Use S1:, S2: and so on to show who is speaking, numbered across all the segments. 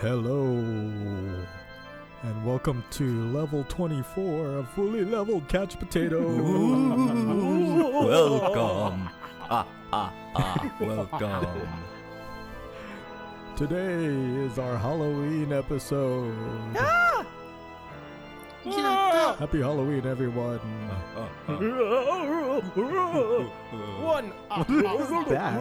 S1: Hello, and welcome to level 24 of Fully Leveled Couch Potato.
S2: Welcome. Ah, ah, ah. Welcome.
S1: Today is our Halloween episode. Happy Halloween, everyone.
S3: One.
S1: that?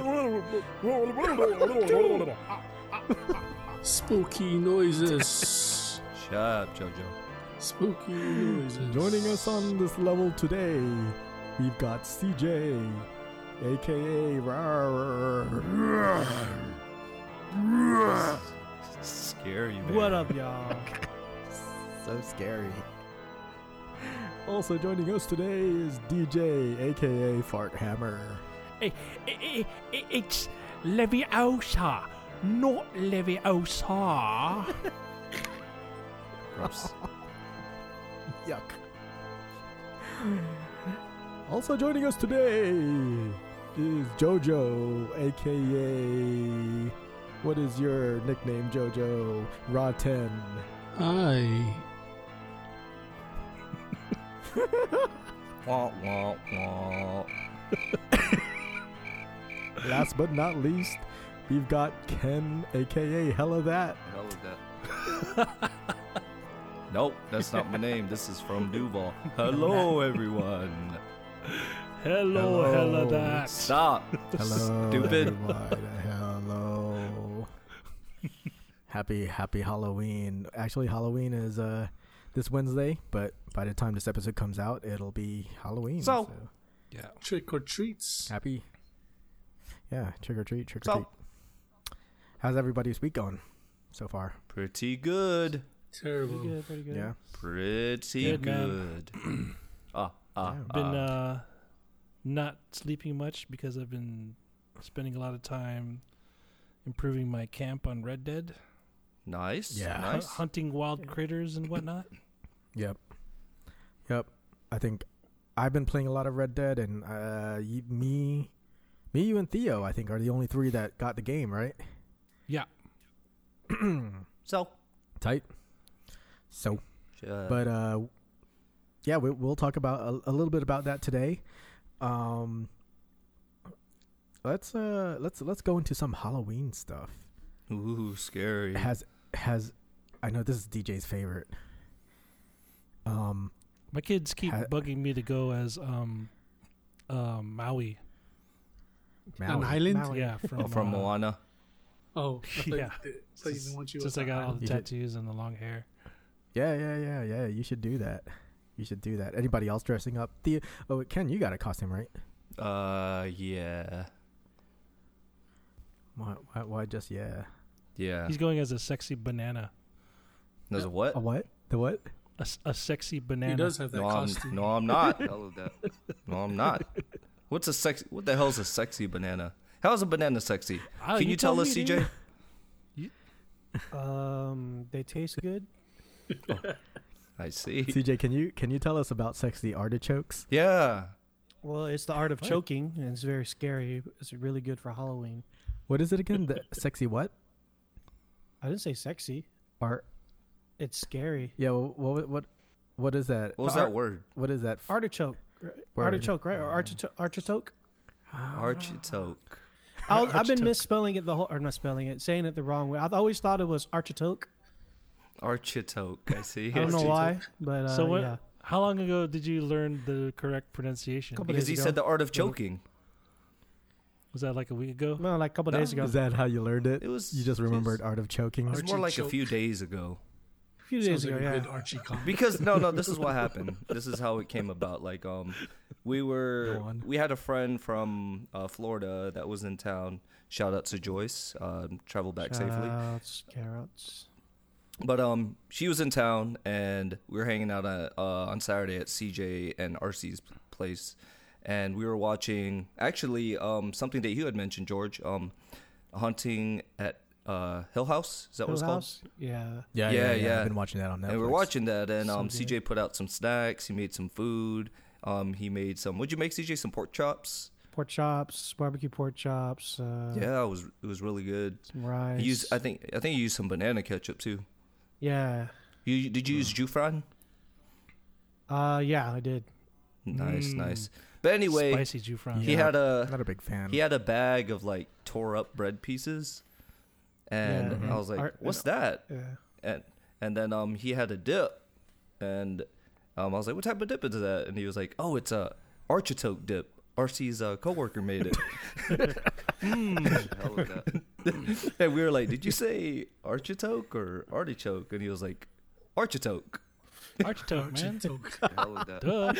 S4: Spooky noises.
S2: Shut up, Jojo.
S4: Spooky noises.
S1: Joining us on this level today, we've got CJ, aka Rar.
S2: Scary man.
S3: What up, y'all?
S5: So scary.
S1: Also joining us today is DJ, aka Fart Hammer.
S3: It's Leviosa, not Leviosa.
S2: Gross.
S5: Yuck.
S1: Also joining us today is JoJo, aka. What is your nickname, JoJo? Raten.
S4: I
S2: Wah, wah, wah.
S1: Last but not least, we've got Ken, aka Hella That.
S2: Hell is that? nope, that's not my name. This is from Duval. Hello, everyone.
S3: Hello,
S1: Hello.
S3: hello, that.
S2: Stop.
S1: Hello,
S2: Stupid.
S1: everyone. Hello.
S5: Happy, happy Halloween. Actually, Halloween is uh this Wednesday, but by the time this episode comes out, it'll be Halloween.
S2: So- Yeah.
S4: trick or treats.
S5: happy. Yeah, trick or treat, trick or
S2: So-
S5: treat. How's everybody's week going so far?
S2: Pretty good.
S4: Terrible.
S5: Yeah.
S2: Pretty
S3: Good, man.
S2: good. Ah, ah,
S5: Yeah.
S3: Been
S2: ah.
S3: uh, not sleeping much because I've been spending a lot of time improving my camp on Red Dead,
S2: Nice.
S5: Yeah.
S3: hu-
S2: Nice.
S3: hunting wild critters and whatnot.
S5: Yep. Yep. I think I've been playing a lot of Red Dead, and uh, you, me, me, you, and Theo, I think, are the only three that got the game, right?
S3: Yeah.
S2: So.
S5: Tight. So.
S2: Shut
S5: but uh yeah we, we'll talk about a, a little bit about that today um let's uh let's let's go into some halloween stuff
S2: Ooh, scary.
S5: has has i know this is dj's favorite um
S3: My kids keep
S5: Ha-
S3: bugging me to go as um, um, Maui.
S5: Maui.
S4: An island?
S5: Maui.
S3: Yeah, from,
S2: Oh, from
S3: uh,
S2: Moana.
S4: Oh, I thought
S3: Yeah.
S4: you- So you didn't want you. as
S3: Since I got
S4: a-
S3: all the
S5: You did.
S3: tattoos and the long hair.
S5: yeah yeah yeah yeah you should do that you should do that anybody else dressing up the oh ken you got a costume right
S2: Uh, yeah.
S5: why, why, why just yeah
S2: Yeah.
S3: He's going as a sexy banana.
S2: There's a what?
S5: a what the what
S3: A, s- a sexy
S4: He
S3: banana.
S4: does have that
S2: No, I'm,
S4: costume.
S2: no, I'm not. No, I'm not. What's a sexy? What the hell's a sexy banana? How's a banana sexy?
S3: Ah,
S2: Can you, tell, us,
S3: me,
S2: CJ?
S3: dude.
S6: Um, they taste good.
S2: I see.
S5: cj can you can you tell us about sexy artichokes
S2: Yeah.
S6: Well, it's the art of
S3: What?
S6: choking, and it's very scary. It's really good for Halloween.
S5: what is it again the sexy what
S6: I didn't say sexy.
S5: art
S6: It's scary.
S5: Yeah, wh- what what what, what is that?
S2: What was
S5: Ar-
S2: that word?
S5: What is that? F-
S6: Artichoke. right?
S5: Word.
S6: Artichoke, right? Or artichoke? artichoke?
S2: Artichoke.
S6: I'll, I've been
S3: Artichoke.
S6: misspelling it the whole, or not spelling it, saying it the wrong way. I've always thought it was artichoke.
S2: Artichoke. I see.
S6: I don't know why, but uh,
S3: So what?
S6: yeah.
S3: How long ago did you learn the correct pronunciation?
S6: Couple-
S2: Because he said the art of choking.
S3: Was that like a week ago?
S6: No, like a couple
S2: No.
S6: days ago,
S5: Is that how you learned it?
S2: It was.
S5: you just remembered art of choking.
S2: It was more like a few days ago.
S6: a few
S4: Sounds
S6: days
S4: like
S6: ago.
S4: a
S6: Yeah,
S4: good Archie comic.
S2: because no no this is what happened this is how it came about like um we were
S5: Go on.
S2: we had a friend from uh, florida that was in town shout out to joyce um, travel back safely
S6: Carrots, carrots.
S2: but um she was in town and we were hanging out uh, uh, on saturday at cj and rc's place and we were watching actually um something that you had mentioned george um hunting at uh hill house is that what
S6: Hill
S2: it's called
S6: House. Yeah.
S5: Yeah,
S2: Yeah, yeah.
S5: I've been watching that on Netflix.
S2: and we we're watching that, and
S6: So
S2: um,
S6: good.
S2: CJ put out some snacks. He made some food. Um, he made some. What'd you make, CJ? Some pork chops.
S6: pork chops, barbecue pork chops, uh,
S2: yeah, it was it was really good.
S6: some rice.
S2: You use I think I think you used some banana ketchup too.
S6: yeah,
S2: You did you
S6: Mm.
S2: use Jufran?
S6: uh, yeah, I did.
S2: Nice,
S3: Mm.
S2: nice. But anyway,
S3: spicy Jew fries.
S2: he
S5: Yeah.
S2: had a
S5: Not a big fan.
S2: he had a bag of like tore up bread pieces, and
S6: Yeah. mm-hmm.
S2: I was like,
S6: Art-
S2: "What's that?"
S6: Yeah.
S2: And and then um he had a dip, and um I was like, "What type of dip is that?" And he was like, "Oh, it's a artichoke dip. RC's uh, coworker made it." I was like, and we were like, "Did you say artichoke or artichoke?" And he was like, "Artichoke."
S3: Artichoke, man.
S4: Artichoke.
S2: I was like,
S3: Duh.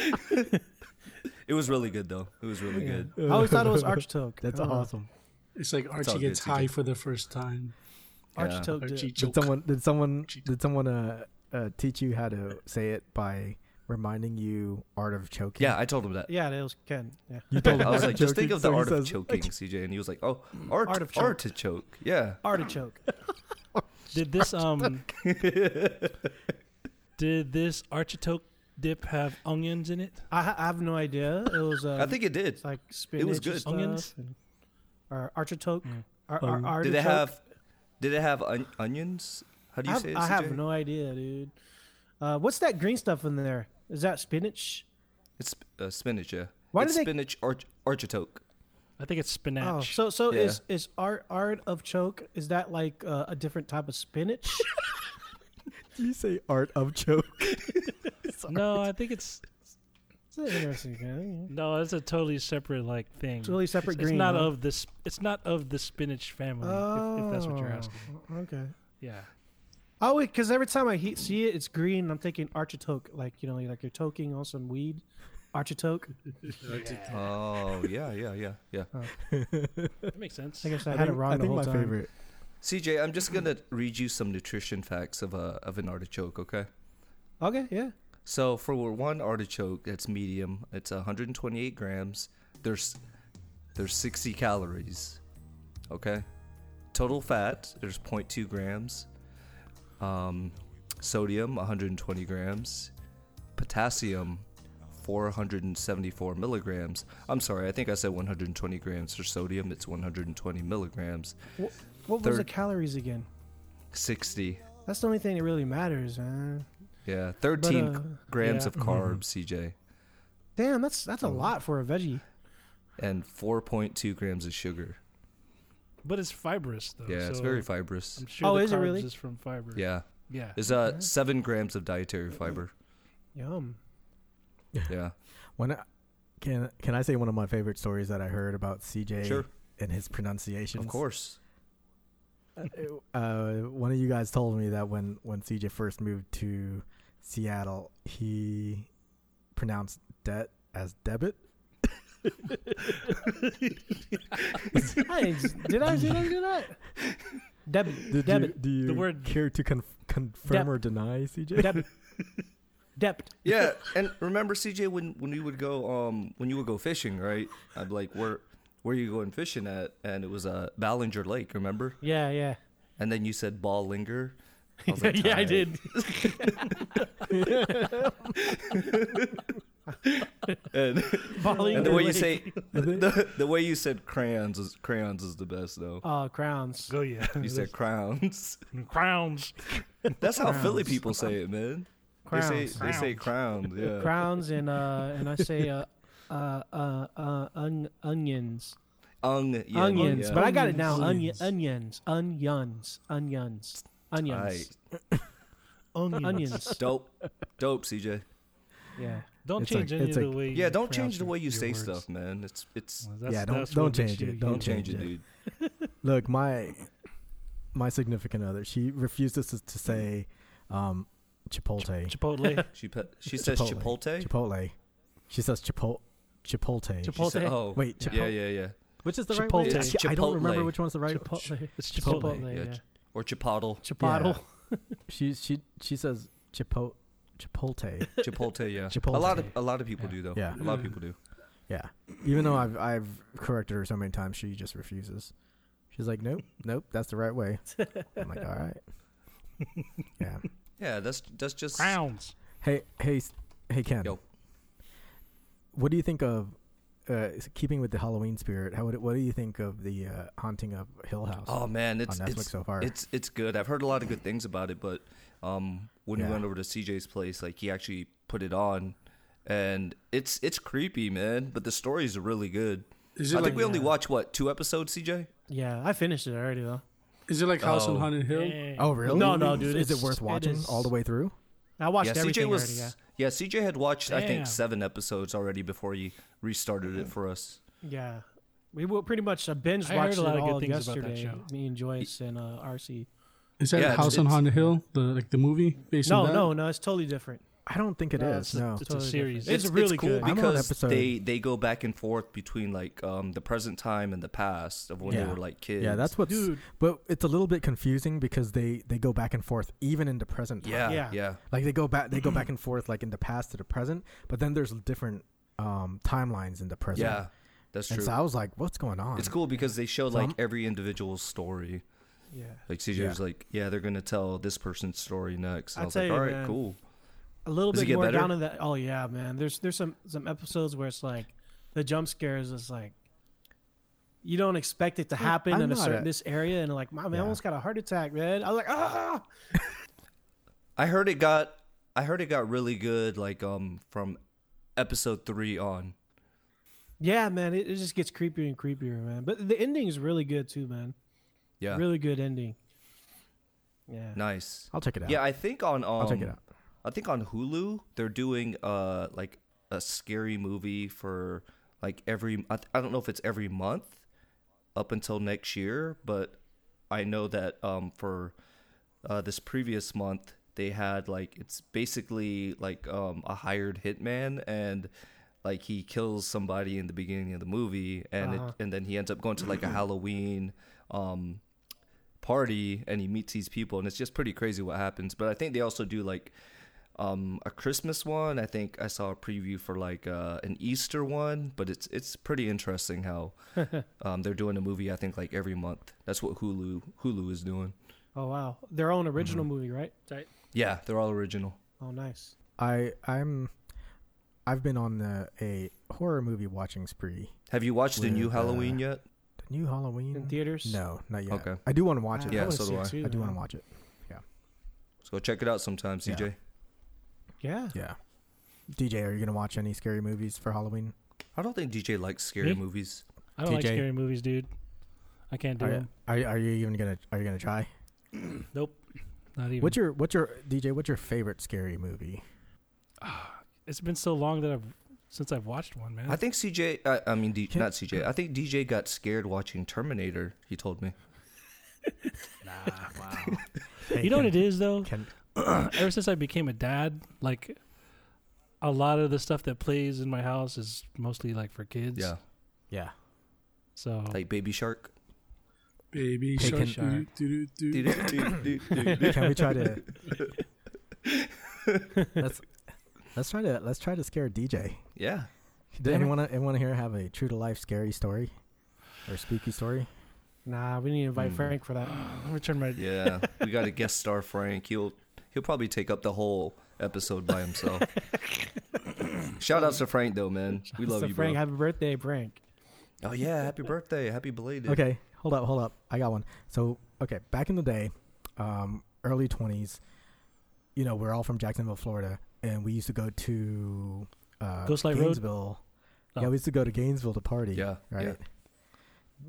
S2: It was really good though. It was really
S6: Yeah.
S2: good.
S6: I always thought it was artichoke.
S5: That's
S2: Uh-huh.
S6: I don't know.
S5: awesome.
S4: It's like
S2: all
S4: Archie
S2: good,
S4: gets
S2: CJ.
S4: high for the first time.
S2: Yeah.
S6: Artichoke. dip.
S4: Archie
S5: Did
S4: choke.
S5: someone did someone
S4: Cheat.
S5: did someone uh, uh teach you how to say it by reminding you art of choking?
S2: Yeah, I told him that.
S6: Yeah, it was Ken. Yeah.
S5: you told him
S2: I was
S5: art
S2: like, just think
S5: choking,
S2: of the
S5: so he
S2: art of
S5: says-
S2: choking, CJ. And he was like, oh, art,
S6: Art
S2: art
S6: of
S2: of
S6: choke.
S2: artichoke. Yeah.
S6: Artichoke.
S3: Did this um Did this artichoke dip have onions in it?
S6: I, ha- I have no idea. It was. Uh,
S2: I think it did.
S6: it's like spinach.
S2: it was
S6: and
S2: good.
S6: stuff
S3: Onions?
S6: and- or artichoke.
S3: Mm.
S6: Ar- ar-
S4: Um,
S6: artichoke.
S2: Did it have did it have on- onions? How do you
S6: I have,
S2: say it?
S6: I have
S2: CJ?
S6: no idea, dude. Uh, what's that green stuff in there? Is that spinach?
S2: It's uh, spinach, yeah.
S6: Why do
S2: it's
S6: they-
S2: spinach arch- artichoke.
S3: I think it's spinach.
S6: Oh, so so
S2: Yeah.
S6: is is art art of choke? Is that like uh, a different type of spinach?
S5: Did you say art of choke?
S3: no, I think it's
S6: it's an interesting thing.
S3: no, it's a totally separate like thing.
S6: It's really separate
S3: It's
S6: green.
S3: not
S6: huh?
S3: of this. It's not of the spinach family. If, if that's what you're asking.
S6: Oh, Okay.
S3: Yeah.
S6: Oh, because every time I he- see it, it's green. I'm thinking artichoke, like you know, like you're toking on some weed, artichoke.
S4: Artichoke.
S2: Oh, yeah, yeah, yeah, yeah.
S3: That makes sense.
S6: I guess
S5: I
S6: I, had
S5: think,
S6: it wrong
S5: I
S6: the
S5: think
S6: whole
S5: my
S6: time.
S5: favorite.
S2: CJ, I'm just going to read you some nutrition facts of, a, of an artichoke, okay?
S6: Okay, yeah.
S2: So for one artichoke, that's medium. It's 128 grams. There's there's 60 calories. Okay. Total fat there's 0.2 grams. Um, sodium 120 grams. Potassium 474 milligrams. I'm sorry, I think I said 120 grams for sodium. It's 120 milligrams.
S6: What was the
S2: Third-
S6: calories again?
S2: 60.
S6: That's the only thing that really matters, man.
S2: Yeah,
S6: But,
S2: 13
S6: uh,
S2: grams
S3: yeah.
S2: of carbs, CJ.
S6: damn, that's
S2: Oh.
S6: that's a lot for a veggie.
S2: and 4.2 grams of sugar.
S3: But it's fibrous though.
S2: yeah, it's
S3: so
S2: very fibrous.
S3: I'm sure
S6: Oh,
S3: the
S6: is it
S3: carbs
S6: really?
S3: is from fiber.
S2: Yeah,
S3: Yeah.
S2: there's uh seven grams of dietary fiber.
S6: Yum.
S2: Yeah,
S5: When I, can can I say one of my favorite stories that I heard about CJ
S2: Sure.
S5: and his pronunciation?
S2: of course.
S5: Uh, one of you guys told me that when when CJ first moved to Seattle, he pronounced debt as debit.
S6: I didn't- did I did I do that? Debit.
S5: Did
S6: debit.
S5: you, do you
S3: The word-
S5: care to conf- confirm or deny, CJ?
S6: Debit. Debit.
S2: Yeah, and remember CJ when when we would go um when you would go fishing, right? I'd be like where where you going fishing at, and it was uh Ballinger Lake, remember?
S6: Yeah, yeah.
S2: And then you said Ballinger. I was like,
S3: yeah, I
S2: "Tight."
S3: did.
S2: And,
S6: Balling
S2: and the way
S6: your
S2: you
S6: leg.
S2: say the, the way you said crayons is crayons is the best though.
S6: Oh, crowns.
S3: Oh yeah.
S2: You said crowns.
S3: crowns.
S2: That's how Philly
S6: Crowns.
S2: people say it, man.
S6: Crowns.
S2: They say they say crowns. Yeah.
S6: crowns and uh and I say uh uh uh, uh un- onions.
S2: Onion.
S6: onions.
S2: yeah.
S6: But I got it now. Onion
S4: Onions.
S6: onions. Onions. Onions. Onions.
S2: Aight.
S3: Onions.
S6: Onions.
S2: Dope. Dope, CJ.
S6: yeah.
S3: Don't
S5: It's
S3: change
S5: like-
S3: any of
S5: it's
S3: the
S5: like-
S3: way.
S2: Yeah,
S3: you
S2: don't
S3: pronounce
S2: change the
S3: your-
S2: way you
S3: your
S2: say
S3: words.
S2: stuff, man. It's it's
S3: Well, that's-
S5: Yeah, don't-
S3: that's
S5: don't
S3: what makes
S5: change it.
S3: you
S5: Don't
S2: don't
S3: unique.
S2: change it,
S5: change it.
S2: dude.
S5: Look, my my significant other, she refuses to, to say um, Chipotle.
S3: Chipotle.
S2: She pe- she says
S5: Chipotle. Chipotle.
S2: Chipotle.
S5: She says Chipotle. Chipotle.
S2: She said-
S6: Chipotle.
S2: oh,
S5: Wait,
S3: Yeah.
S5: Chipotle.
S2: yeah, yeah, yeah.
S5: Which is
S3: the right way? Chipotle.
S5: It's- I don't remember
S2: Chipotle.
S5: which one's the right.
S6: Chipotle.
S3: It's
S5: Chipotle,
S6: Chipotle.
S2: yeah.
S6: yeah.
S2: Or Chipotle.
S6: Chipotle.
S5: She she she says Chipo Chipotle.
S2: Chipotle, yeah.
S5: Chipotle.
S2: A lot of a lot of people
S5: Yeah.
S2: do though.
S5: Yeah.
S2: A lot of people do.
S5: yeah. Even though I've I've corrected her so many times, she just refuses. She's like, nope, nope, that's the right way. I'm like, all right. Yeah.
S2: Yeah, that's that's just
S3: Crowns.
S5: Hey hey s- hey Ken.
S2: Yo.
S5: What do you think of uh, s- keeping with the Halloween spirit, how would it, what do you think of the uh, haunting of Hill House
S2: Oh man,
S5: on
S2: it's
S5: Netflix
S2: it's
S5: so far?
S2: it's it's good. I've heard a lot of good things about it, but um, when
S5: Yeah.
S2: we went over to CJ's place, like he actually put it on, and it's it's creepy, man. But the story's really good.
S4: Is
S2: I
S4: it like
S2: think we only
S6: Yeah.
S2: watched what two episodes, CJ.
S6: Yeah, I finished it already though.
S4: is it like House on
S2: Oh.
S4: Haunted Hill?
S3: Dang.
S5: oh really?
S6: No, no, dude,
S5: Is it
S6: it's-
S5: worth
S6: it
S5: watching
S6: is-
S5: all the way through?
S6: I watched
S2: yeah,
S6: everything
S2: CJ was.
S6: already.
S2: yeah. CJ had watched I
S3: Damn.
S2: think seven episodes already before he restarted it for us.
S6: Yeah. yeah, we were pretty much a binge
S3: I heard
S6: watched
S3: a lot
S6: it
S3: of good
S6: all
S3: things about that
S6: yesterday.
S3: show.
S6: Me and Joyce and uh, RC.
S4: Is that
S2: Yeah, it's-
S4: House on
S2: it's-
S4: Haunted Hill? The like the movie based
S6: No,
S4: on that?
S6: no, no, it's totally different.
S5: I don't think it is.
S3: No, it's a-
S5: no,
S3: it's
S6: Totally
S3: a series.
S6: different.
S3: It's, really
S2: cool
S3: good.
S5: I'm on
S2: because
S5: episode-
S2: they they go back and forth between like um the present time and the past of when
S5: Yeah.
S2: they were like kids.
S5: yeah, that's what's.
S3: Dude,
S5: But it's a little bit confusing because they they go back and forth even in the present. time.
S2: yeah,
S6: Yeah.
S2: yeah, yeah.
S5: like they go back they go back and forth like in the past to the present, but then there's different um timelines in the present.
S2: That's
S5: and
S2: true.
S5: so I was like, what's going on?
S2: It's cool because they show
S5: So
S2: like
S5: I'm-
S2: every individual story.
S6: Yeah,
S2: Like CJ was like, yeah, they're gonna tell this person's story next. And
S6: I'll
S2: I was
S6: tell
S2: like,
S6: you,
S2: all right,
S6: man.
S2: cool.
S6: a little
S2: Does it
S6: bit
S2: get
S6: more
S2: better?
S6: down in that. Oh yeah, man. There's there's some some episodes where it's like the jump scares is like you don't expect it to happen
S5: I'm
S6: in a
S5: not
S6: certain
S5: a-
S6: this area, and like, my man,
S5: Yeah.
S6: I almost got a heart attack, man. I was like, ah.
S2: I heard it got, I heard it got really good. Like um from episode three on.
S6: Yeah, man, it, it just gets creepier and creepier, man. But the ending is really good too, man.
S2: Yeah,
S6: Really good ending. Yeah.
S2: nice.
S5: I'll check it out.
S2: Yeah, I think on um,
S5: I'll check it out.
S2: I think on Hulu they're doing uh like a scary movie for like every I, I don't know if it's every month up until next year, but I know that um for uh this previous month they had like it's basically like um a hired hitman and like he kills somebody in the beginning of the movie and
S6: Uh-huh.
S2: it, and then he ends up going to like a Halloween um party and he meets these people and it's just pretty crazy what happens but i think they also do like um a christmas one i think i saw a preview for like uh an easter one but it's it's pretty interesting how um they're doing a movie i think like every month that's what hulu hulu is doing
S6: Oh wow, their own original
S2: Mm-hmm.
S6: movie, right? Right.
S2: yeah they're all original
S6: Oh nice.
S5: I I'm I've been on the, a horror movie watching spree.
S2: have you watched the new
S5: With, uh,
S2: halloween yet
S5: The new Halloween
S6: In theaters.
S5: No, not yet.
S2: Okay.
S5: I do want to watch it.
S2: Yeah,
S6: wanna
S2: so do
S6: see it
S2: I.
S6: too,
S5: I do want to
S6: man.
S5: watch it.
S2: so go check it out sometime cj
S6: Yeah.
S5: Yeah. DJ, are you gonna watch any scary movies for Halloween?
S2: i don't think dj likes scary
S3: Me?
S2: movies
S3: I don't like
S5: TJ.
S3: scary movies, dude. I can't do
S5: Are you,
S3: them.
S5: are, you- are you even gonna Are you gonna try?
S3: Not even.
S5: What's your What's your DJ? What's your favorite scary movie?
S3: it's been so long that I've since I've watched one,
S5: Oh.
S3: man.
S2: i think cj i, I mean D,
S5: Can-
S2: not cj i think dj got scared watching terminator he told me
S5: Hey,
S3: you know
S5: can-
S3: what it is though.
S5: Can,
S3: Ever since I became a dad, like a lot of the stuff that plays in my house is mostly like for kids.
S2: yeah
S5: yeah.
S3: So
S2: like baby shark
S4: Baby
S5: Hey,
S4: shark.
S3: can-
S4: doo- doo- doo- doo.
S5: Can we try to? let's Let's try to Let's try to scare DJ.
S2: yeah
S5: Did
S3: Damn it.
S5: anyone Anyone here have a true to life scary story or spooky story?
S6: Nah, we need to invite
S2: Hmm.
S6: Frank for that.
S3: let me turn my.
S5: um,
S2: Yeah, we got a guest star Frank. He'll he'll probably take up the whole episode by himself. Shout outs to Frank though, man. We love
S6: so
S2: you,
S6: Frank,
S2: bro.
S6: happy birthday, Frank.
S2: Oh yeah, happy birthday, happy belated.
S5: Okay, hold up, hold up. I got one. So, okay, back in the day, um, early 20s, you know, we're all from Jacksonville, Florida, and we used to go to uh,
S3: Ghostlight Road?
S5: Gainesville. Yeah,
S3: Oh.
S5: we used to go to Gainesville to party.
S2: Yeah,
S5: Right.
S2: yeah.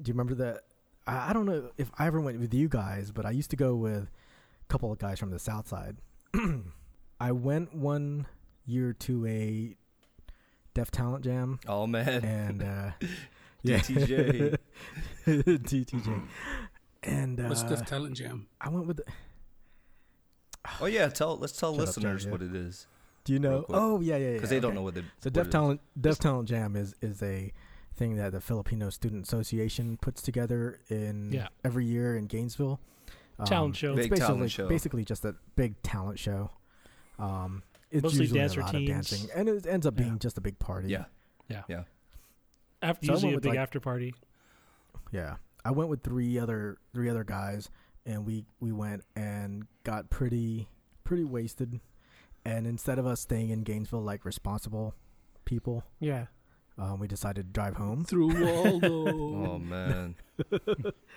S5: Do you remember that? I, I don't know if I ever went with you guys, but I used to go with a couple of guys from the South Side. I went one year to a Deaf Talent Jam
S2: Oh man,
S5: and uh,
S2: DTJ.
S5: DTJ, and uh,
S4: What's the talent jam?
S5: I went with. The,
S2: Oh yeah, tell let's tell
S5: Shut up,
S2: listeners
S5: Jerry.
S2: what it is
S5: do you
S2: Real
S5: know?
S2: quick.
S5: Oh yeah, yeah, yeah.
S2: because they don't
S5: okay.
S2: know what the
S5: So
S2: what it
S5: Deaf
S2: is.
S5: Talent, Deaf Talent Jam is is a thing that the Filipino Student Association puts together in
S3: Yeah.
S5: every year in Gainesville. Um,
S3: Talent show.
S5: It's
S2: Big talent
S5: basically,
S2: show.
S5: basically just a big talent show. Um, it's
S3: Mostly
S5: usually
S3: dance
S5: a lot of
S3: routines.
S5: dancing, and it ends up being
S3: Yeah.
S5: just a big party.
S2: Yeah,
S3: After,
S5: So I
S3: usually
S5: went
S3: a
S5: with,
S3: big
S5: like-
S3: after party.
S5: Yeah. I went with three other three other guys and we we went and got pretty pretty wasted. And instead of us staying in Gainesville like responsible people,
S6: Yeah.
S5: Um, we decided to drive home.
S4: Through
S2: Oh
S4: Waldo.
S2: man.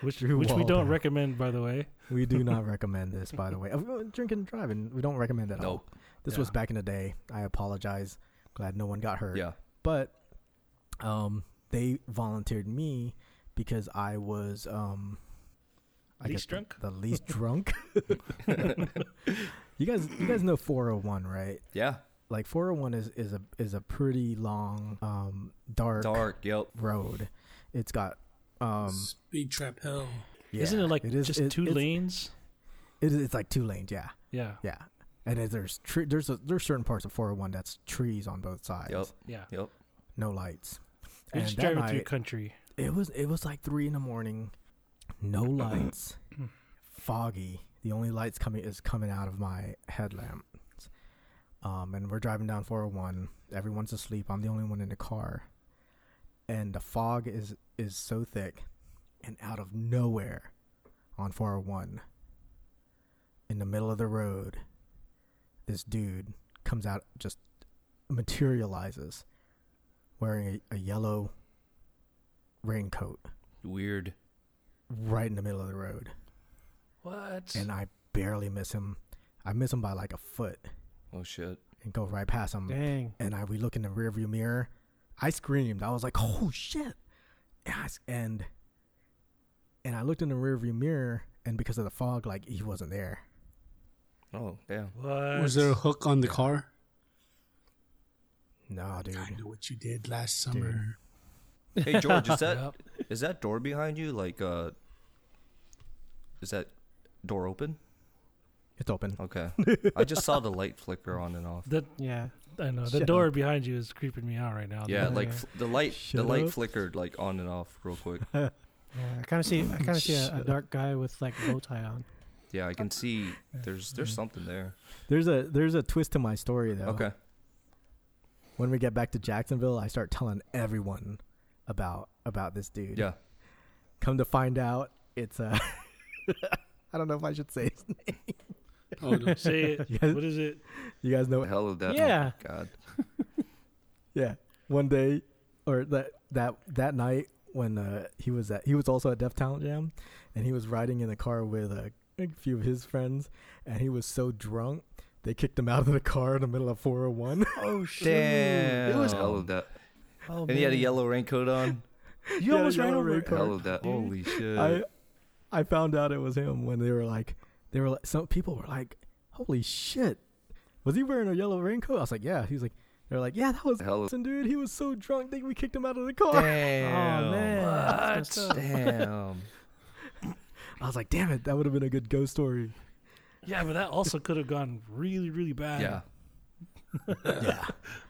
S3: which
S5: Drew
S3: which we
S5: Waldo.
S3: don't recommend, by the way.
S5: We do not recommend this, by the way. Uh, Drinking and driving, we don't recommend at all.
S2: Nope.
S5: This
S2: Yeah.
S5: was back in the day. I apologize. Glad no one got hurt.
S2: Yeah.
S5: But um, they volunteered me because I was um, I
S3: Least
S5: guess the-
S3: drunk?
S5: The, least drunk. you guys, you guys know 401, right?
S2: Yeah.
S5: Like 401 is is a is a pretty long, um, dark,
S2: Dark. Yep.
S5: road. It's got um,
S4: Speed trap hell.
S3: Isn't
S5: yeah,
S3: it like
S5: is-
S3: just
S5: it-
S3: two
S5: it's-
S3: lanes?
S5: It is, it's like two lanes. Yeah.
S3: Yeah,
S5: Yeah, and it, there's tre- there's a, there's certain parts of 401 that's trees on both sides.
S2: Yep.
S3: yeah.
S2: Yep.
S5: No lights.
S3: We're
S5: And
S3: just
S5: that
S3: driving through
S5: night,
S3: country.
S5: it was it was like three in the morning, no lights, foggy. The only lights coming is coming out of my headlamp. Um, and we're driving down 401. Everyone's asleep. I'm the only one in the car, and the fog is is so thick, and out of nowhere, on 401, in the middle of the road, this dude comes out just materializes, wearing a, a yellow raincoat
S2: Weird.
S5: right in the middle of the road,
S3: What?
S5: and I barely miss him. I miss him by like a foot
S2: Oh shit.
S5: and go right past
S2: Mm.
S5: him.
S6: Dang.
S5: And I we look in the rearview mirror. I screamed. I was like, "Oh shit!" And I s- and and I looked in the rearview mirror, and because of the fog, like he wasn't there.
S2: Oh damn.
S3: what?
S4: Was there a hook on the car?
S5: No, dude.
S4: I know what you did last summer.
S2: Hey George, is that
S3: Yep.
S2: is that door behind you? Like uh is that door open?
S5: It's open.
S2: Okay. I just saw the light flicker on and off.
S3: The
S6: Yeah.
S3: I know the
S5: Shut
S3: door
S5: up.
S3: behind you is creeping me out right now.
S2: Yeah,
S3: The-
S2: like fl- the light the
S5: Shut
S2: light
S5: up.
S2: flickered like on and off real quick.
S6: Yeah. I kind of see. I kind of see a, a dark guy with like a bow tie on.
S2: Yeah, I can see there's there's something there.
S5: There's a there's a twist to my story though.
S2: Okay.
S5: When we get back to Jacksonville, I start telling everyone about about this dude.
S2: Yeah.
S5: Come to find out, it's uh I don't know if I should say. It.
S4: Oh, no.
S3: say it.
S5: You guys,
S3: What is it?
S5: you guys know
S2: The hell of that. Oh,
S6: Yeah.
S2: God.
S5: Yeah. One day or that that that night when uh, he was at he was also at Def Talent Jam and he was riding in the car with a, a few of his friends and he was so drunk they kicked him out of the car in the middle of 401.
S2: Oh shit. Damn.
S5: It was-
S2: hell of that.
S6: Oh,
S2: And he had a yellow raincoat on.
S5: You almost ran over
S2: Hell of that. Holy shit.
S5: I I found out it was him when they were like they were like some people were like holy shit was he wearing a yellow raincoat? I was like yeah. He was like they were like yeah that was
S2: hell of
S5: dude he was so drunk that we kicked him out of the car.
S2: Damn.
S6: Oh man. that's messed up.
S2: Damn.
S5: I was like damn it that would have been a good ghost story.
S3: Yeah, but that also could have gone really, really bad.
S2: yeah.
S5: yeah.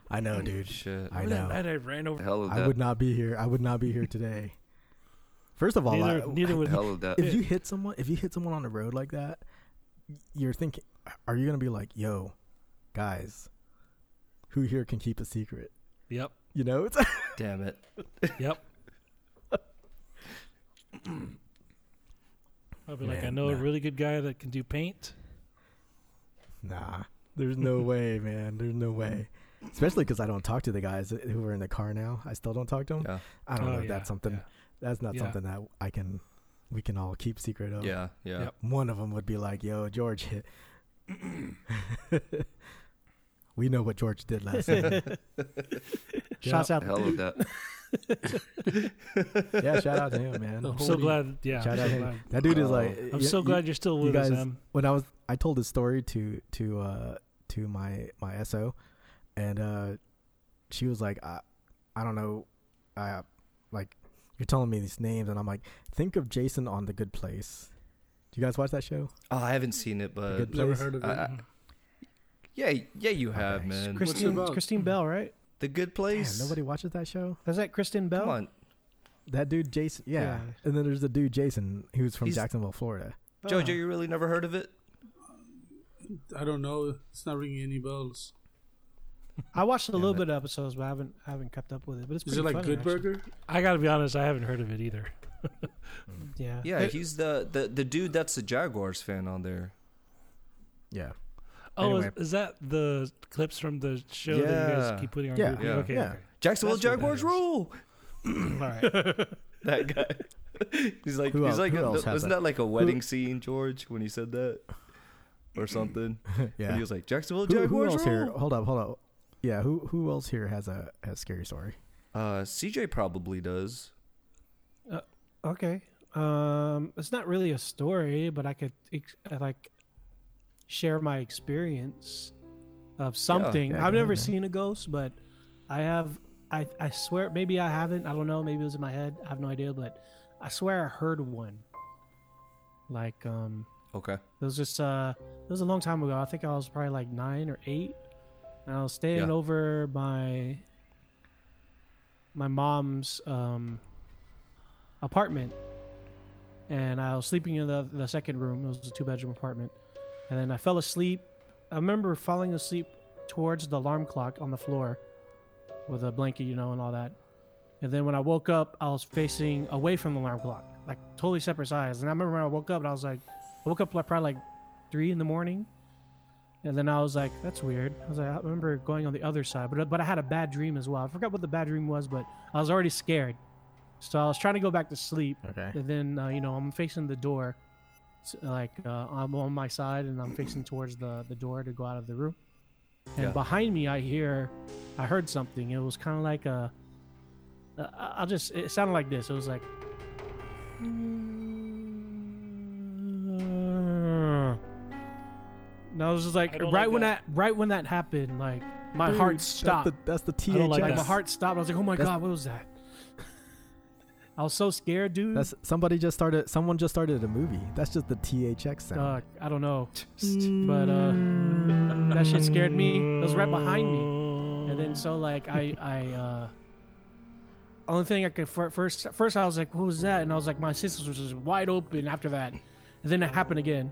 S5: I know dude.
S2: Shit.
S5: I
S3: Remember
S5: know.
S3: That night I ran over.
S2: Hell of
S5: I
S2: Mm. that.
S5: would not be here. I would not be here today. First of all,
S3: neither,
S5: I-
S3: neither would.
S2: Hell of that.
S5: if you hit someone, if you hit someone on the road like that, you're thinking, are you gonna be like, "Yo, guys, who here can keep a secret?"
S3: Yep.
S5: You know, it's
S2: Damn it.
S3: Yep. I'll be like, I
S5: Man,
S3: know a
S5: nah.
S3: really good guy that can do paint.
S5: nah. There's no way, man. There's no way. Especially because I don't talk to the guys who are in the car now. I still don't talk to them.
S2: Yeah.
S5: I don't
S3: Oh,
S5: know. if
S3: yeah,
S5: that's something.
S3: yeah.
S5: That's not
S3: Yeah.
S5: something that I can. We can all keep secret of.
S2: Yeah. Yeah.
S3: Yep.
S5: one of them would be like, "Yo, George, we know what George did last night."
S6: Shots out.
S2: Hell
S6: The,
S2: of that.
S5: yeah, shout out to him, man.
S4: The
S3: I'm so
S4: holy-
S3: glad. Yeah.
S5: shout
S3: I'm
S5: out
S3: so
S5: to
S3: glad.
S5: him. That dude is
S2: Oh.
S5: like,
S3: Oh. I'm
S5: y-
S3: so
S5: y-
S3: glad you're still with us,
S5: guys-
S3: Em.
S5: when I was, I told this story to to uh to my my SO, and uh, she was like, "I, I don't know, I like." You're telling me these names, and I'm like, think of Jason on The Good Place. Do you guys watch that show?
S2: Oh, I haven't seen it, but
S5: good-
S4: Never heard of it.
S2: I, I- yeah, yeah, you have,
S5: Okay.
S2: man.
S4: Chris-
S6: Christine,
S4: about?
S6: Christine Bell, right?
S2: the good
S5: Damn,
S2: place.
S5: nobody watches that show.
S6: Is that Kristen Bell?
S2: Come on,
S5: That dude Jason, yeah.
S6: Yeah.
S5: And then there's the dude Jason who's from
S2: He's-
S5: Jacksonville, Florida.
S6: Oh.
S2: Jojo, you really never heard of it?
S4: I don't know. It's not ringing any bells.
S6: I watched a little
S2: Damn it.
S6: bit of episodes, but I haven't I haven't kept up with it. But it's
S4: Is
S6: pretty
S4: it like
S6: funny,
S4: Good
S6: actually.
S4: Burger?
S3: I gotta be honest, I haven't heard of it either.
S6: Yeah.
S2: Yeah, he's the, the the dude that's the Jaguars fan on there.
S5: Yeah.
S3: Oh,
S5: Anyway.
S3: is, is that the clips from the show that you
S2: Yeah.
S3: guys keep putting on?
S5: Yeah.
S3: Groupie?
S2: Yeah.
S3: Okay.
S5: Yeah.
S2: Jacksonville
S3: That's what that
S2: Jaguars
S3: is.
S2: rule.
S3: okay. All right.
S2: That guy. he's like
S5: Who
S2: he's
S5: else-
S2: like
S5: who
S2: a-
S5: else had
S2: wasn't
S5: that?
S2: that like a wedding scene, George, when he said that or something? And
S5: yeah.
S2: he "Oh, was like Jacksonville
S5: Who, who
S2: Jaguars
S5: else here?
S2: rule.
S5: Hold up, hold up. Yeah, who who else here has a has a scary story?
S2: Uh, CJ probably does.
S6: Okay. Um, it's not really a story, but I could ex- I, like share my experience of something.
S5: yeah,
S6: I've
S5: go
S6: never
S5: ahead, man.
S6: seen a ghost, but I have. I I swear, maybe I haven't. I don't know. Maybe it was in my head. I have no idea, but I swear I heard one. Like um,
S2: Okay.
S6: it was just uh, it was a long time ago. I think I was probably like nine or eight, and I was staying
S2: Yeah.
S6: over my my mom's um apartment, and I was sleeping in the the second room. It was a two bedroom apartment, and then I fell asleep. I remember falling asleep towards the alarm clock on the floor, with a blanket, you know, and all that. And then when I woke up, I was facing away from the alarm clock, like totally separate sides. And I remember when I woke up, and I was like, I woke up like probably like three in the morning, and then I was like, "That's weird." I was like, "I remember going on the other side," but but I had a bad dream as well. I forgot what the bad dream was, but I was already scared, so I was trying to go back to sleep.
S5: Okay.
S6: And then uh, you know I'm facing the door, s- like uh, I'm on my side and I'm facing towards the the door to go out of the room. And
S2: Yeah.
S6: behind me, I hear, I heard something. It was kind of like a, uh, I- I'll just it sounded like this. It was like. No, it was just
S3: I
S6: like
S3: don't
S6: right
S3: like
S6: when
S3: that.
S6: that right when that happened, like my
S5: Dude,
S6: heart
S5: that's
S6: stopped.
S5: the- That's the,
S3: I don't like
S6: Like
S5: THX.
S6: my
S3: Yes.
S6: heart stopped. I was like, oh my
S5: That's-
S6: god, what was that? I was so scared, dude.
S5: That's somebody just started. Someone just started a movie. That's just the THX sound.
S6: Uh, I don't know, but uh, that shit scared me. It was right behind me, and then so like I I uh, only thing I could fir- first first I was like, what was that? And I was like, my sister was just wide open after that, and then it happened again.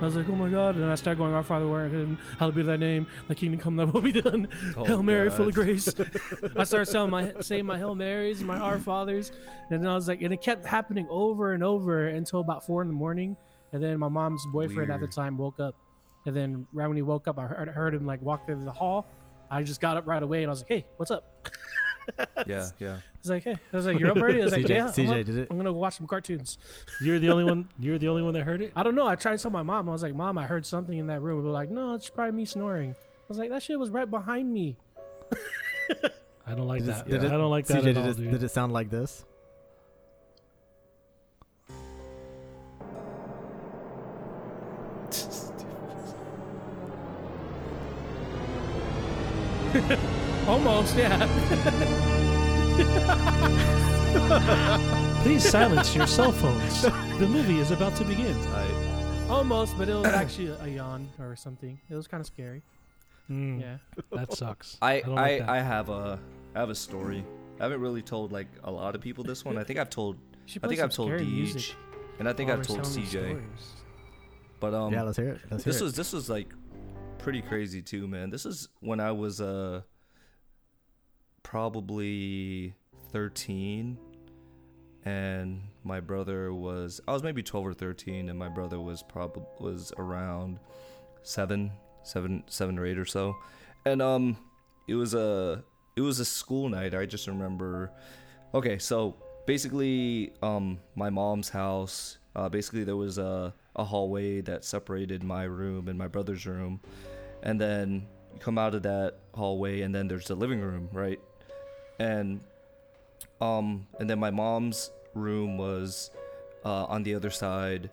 S6: I was like, oh my god, and I started going, Our Father, where and hallowed be thy name, thy kingdom come, thy will be done.
S2: Oh,
S6: Hail Mary, full
S2: God.
S6: of grace. I started saying my saying my Hail Marys, and my Our Fathers, and then I was like, and it kept happening over and over until about four in the morning, and then my mom's boyfriend at the
S2: Weird.
S6: time woke up, and then right when he woke up, I heard, heard him like walk through the hall. I just got up right away, and I was like, hey, what's up?
S2: Yeah, yeah.
S6: He's like, hey, I was like, you're up already? I was like,
S5: CJ,
S6: yeah, I'm
S5: CJ
S6: up.
S5: did it.
S6: I'm gonna watch some cartoons.
S3: You're the only one. You're the only one that heard it.
S6: I don't know. I tried to tell my mom. I was like, Mom, I heard something in that room. We were like, No, it's probably me snoring. I was like, That shit was right behind me.
S3: I don't like
S5: Did it-
S3: that.
S5: did it-
S3: I don't like that
S5: CJ,
S3: at
S5: did,
S3: all,
S5: it,
S3: dude.
S5: did it sound like this?
S6: Almost, yeah.
S3: Please silence your cell phones. The movie is about to begin.
S2: I,
S6: Almost, but it was actually a yawn or something. It was kind of scary.
S2: Hmm.
S3: Mm,
S6: Yeah.
S3: That sucks.
S2: I,
S3: don't
S2: I,
S3: like that.
S2: I have a I have a story. I haven't really told like a lot of people this one. I think I've told
S6: She
S2: I think
S6: plays some
S2: I've told
S6: scary
S2: Deej,
S6: music
S2: and I think
S6: while
S2: I've
S6: we're
S2: told
S6: telling
S2: CJ.
S6: these stories.
S2: But um,
S5: yeah, let's hear it. Let's hear
S2: this
S5: it.
S2: was this was like pretty crazy too, man. This is when I was uh probably 13 and my brother was I was maybe 12 or 13 and my brother was probably was around 7 7 7 or 8 or so. And um it was a it was a school night. I just remember Okay, so basically, um, my mom's house. Uh, basically, there was a a hallway that separated my room and my brother's room, and then you come out of that hallway, and then there's the living room, right? And um, and then my mom's room was uh, on the other side,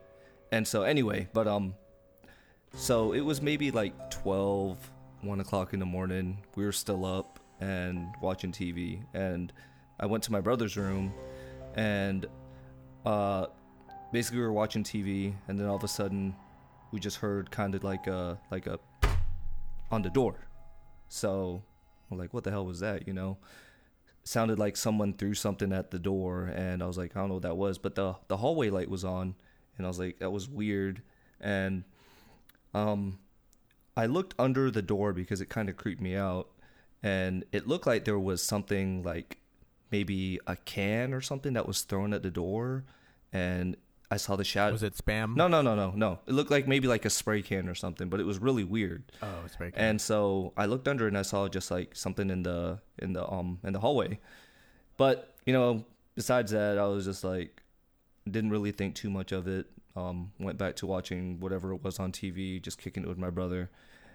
S2: and so anyway, but um, so it was maybe like 12, 1 o'clock in the morning. We were still up and watching TV. And I went to my brother's room and uh, basically we were watching TV. And then all of a sudden we just heard kind of like a, like a on the door. So we're like, what the hell was that? You know? Sounded like someone threw something at the door. And I was like, I don't know what that was. But the, the hallway light was on. And I was like, that was weird. And um, I looked under the door because it kind of creeped me out, and it looked like there was something like maybe a can or something that was thrown at the door, and I saw the shadow.
S7: Was it spam?
S2: uh, No, no, no, no, no. It looked like maybe like a spray can or something, but it was really weird.
S7: Oh, it's very.
S2: And so I looked under and I saw just like something in the in the um in the hallway. But, you know, besides that, I was just like didn't really think too much of it. Um went back to watching whatever it was on TV, just kicking it with my brother.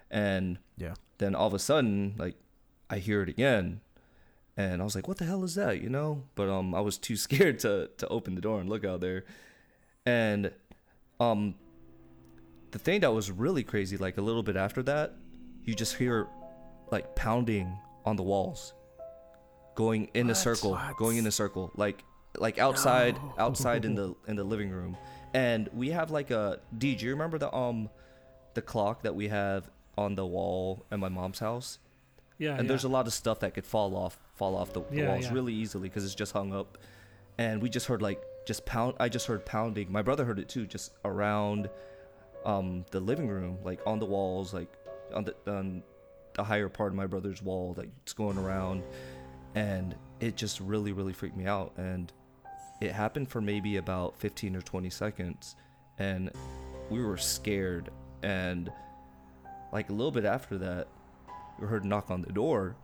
S2: And
S7: Yeah.
S2: Then all of a sudden, like I hear it again. And I was like, "What the hell is that?" You know, but um, I was too scared to to open the door and look out there, and um, the thing that was really crazy, like a little bit after that, you just hear like pounding on the walls, going in a circle, going in a circle, like like outside, outside in the in the living room, and we have like a D. Do you remember the um, the clock that we have on the wall at my mom's house?
S3: Yeah.
S2: and
S3: Oh, yeah.
S2: there's a lot of stuff that could fall off fall off the, the
S3: Yeah,
S2: walls
S3: yeah.
S2: really easily because it's just hung up and we just heard like just pound i just heard pounding my brother heard it too just around um the living room like on the walls like on the on the higher part of my brother's wall like it's going around and it just really really freaked me out and it happened for maybe about 15 or 20 seconds and we were scared and like a little bit after that we heard a knock on the door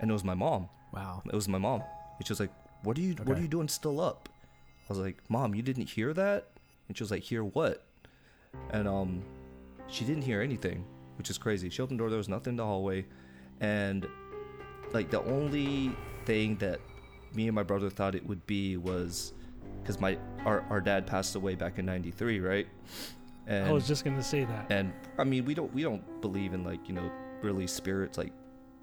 S2: and it was my mom
S5: Wow.
S2: it was my mom and she was like what are you what are
S7: Okay.
S2: you doing still up i was like mom you didn't hear that and she was like hear what and um she didn't hear anything which is crazy she opened the door there was nothing in the hallway and like the only thing that me and my brother thought it would be was because my our, our dad passed away back in 93 right and
S3: I was just gonna say that.
S2: and I mean, we don't we don't believe in like you know really spirits like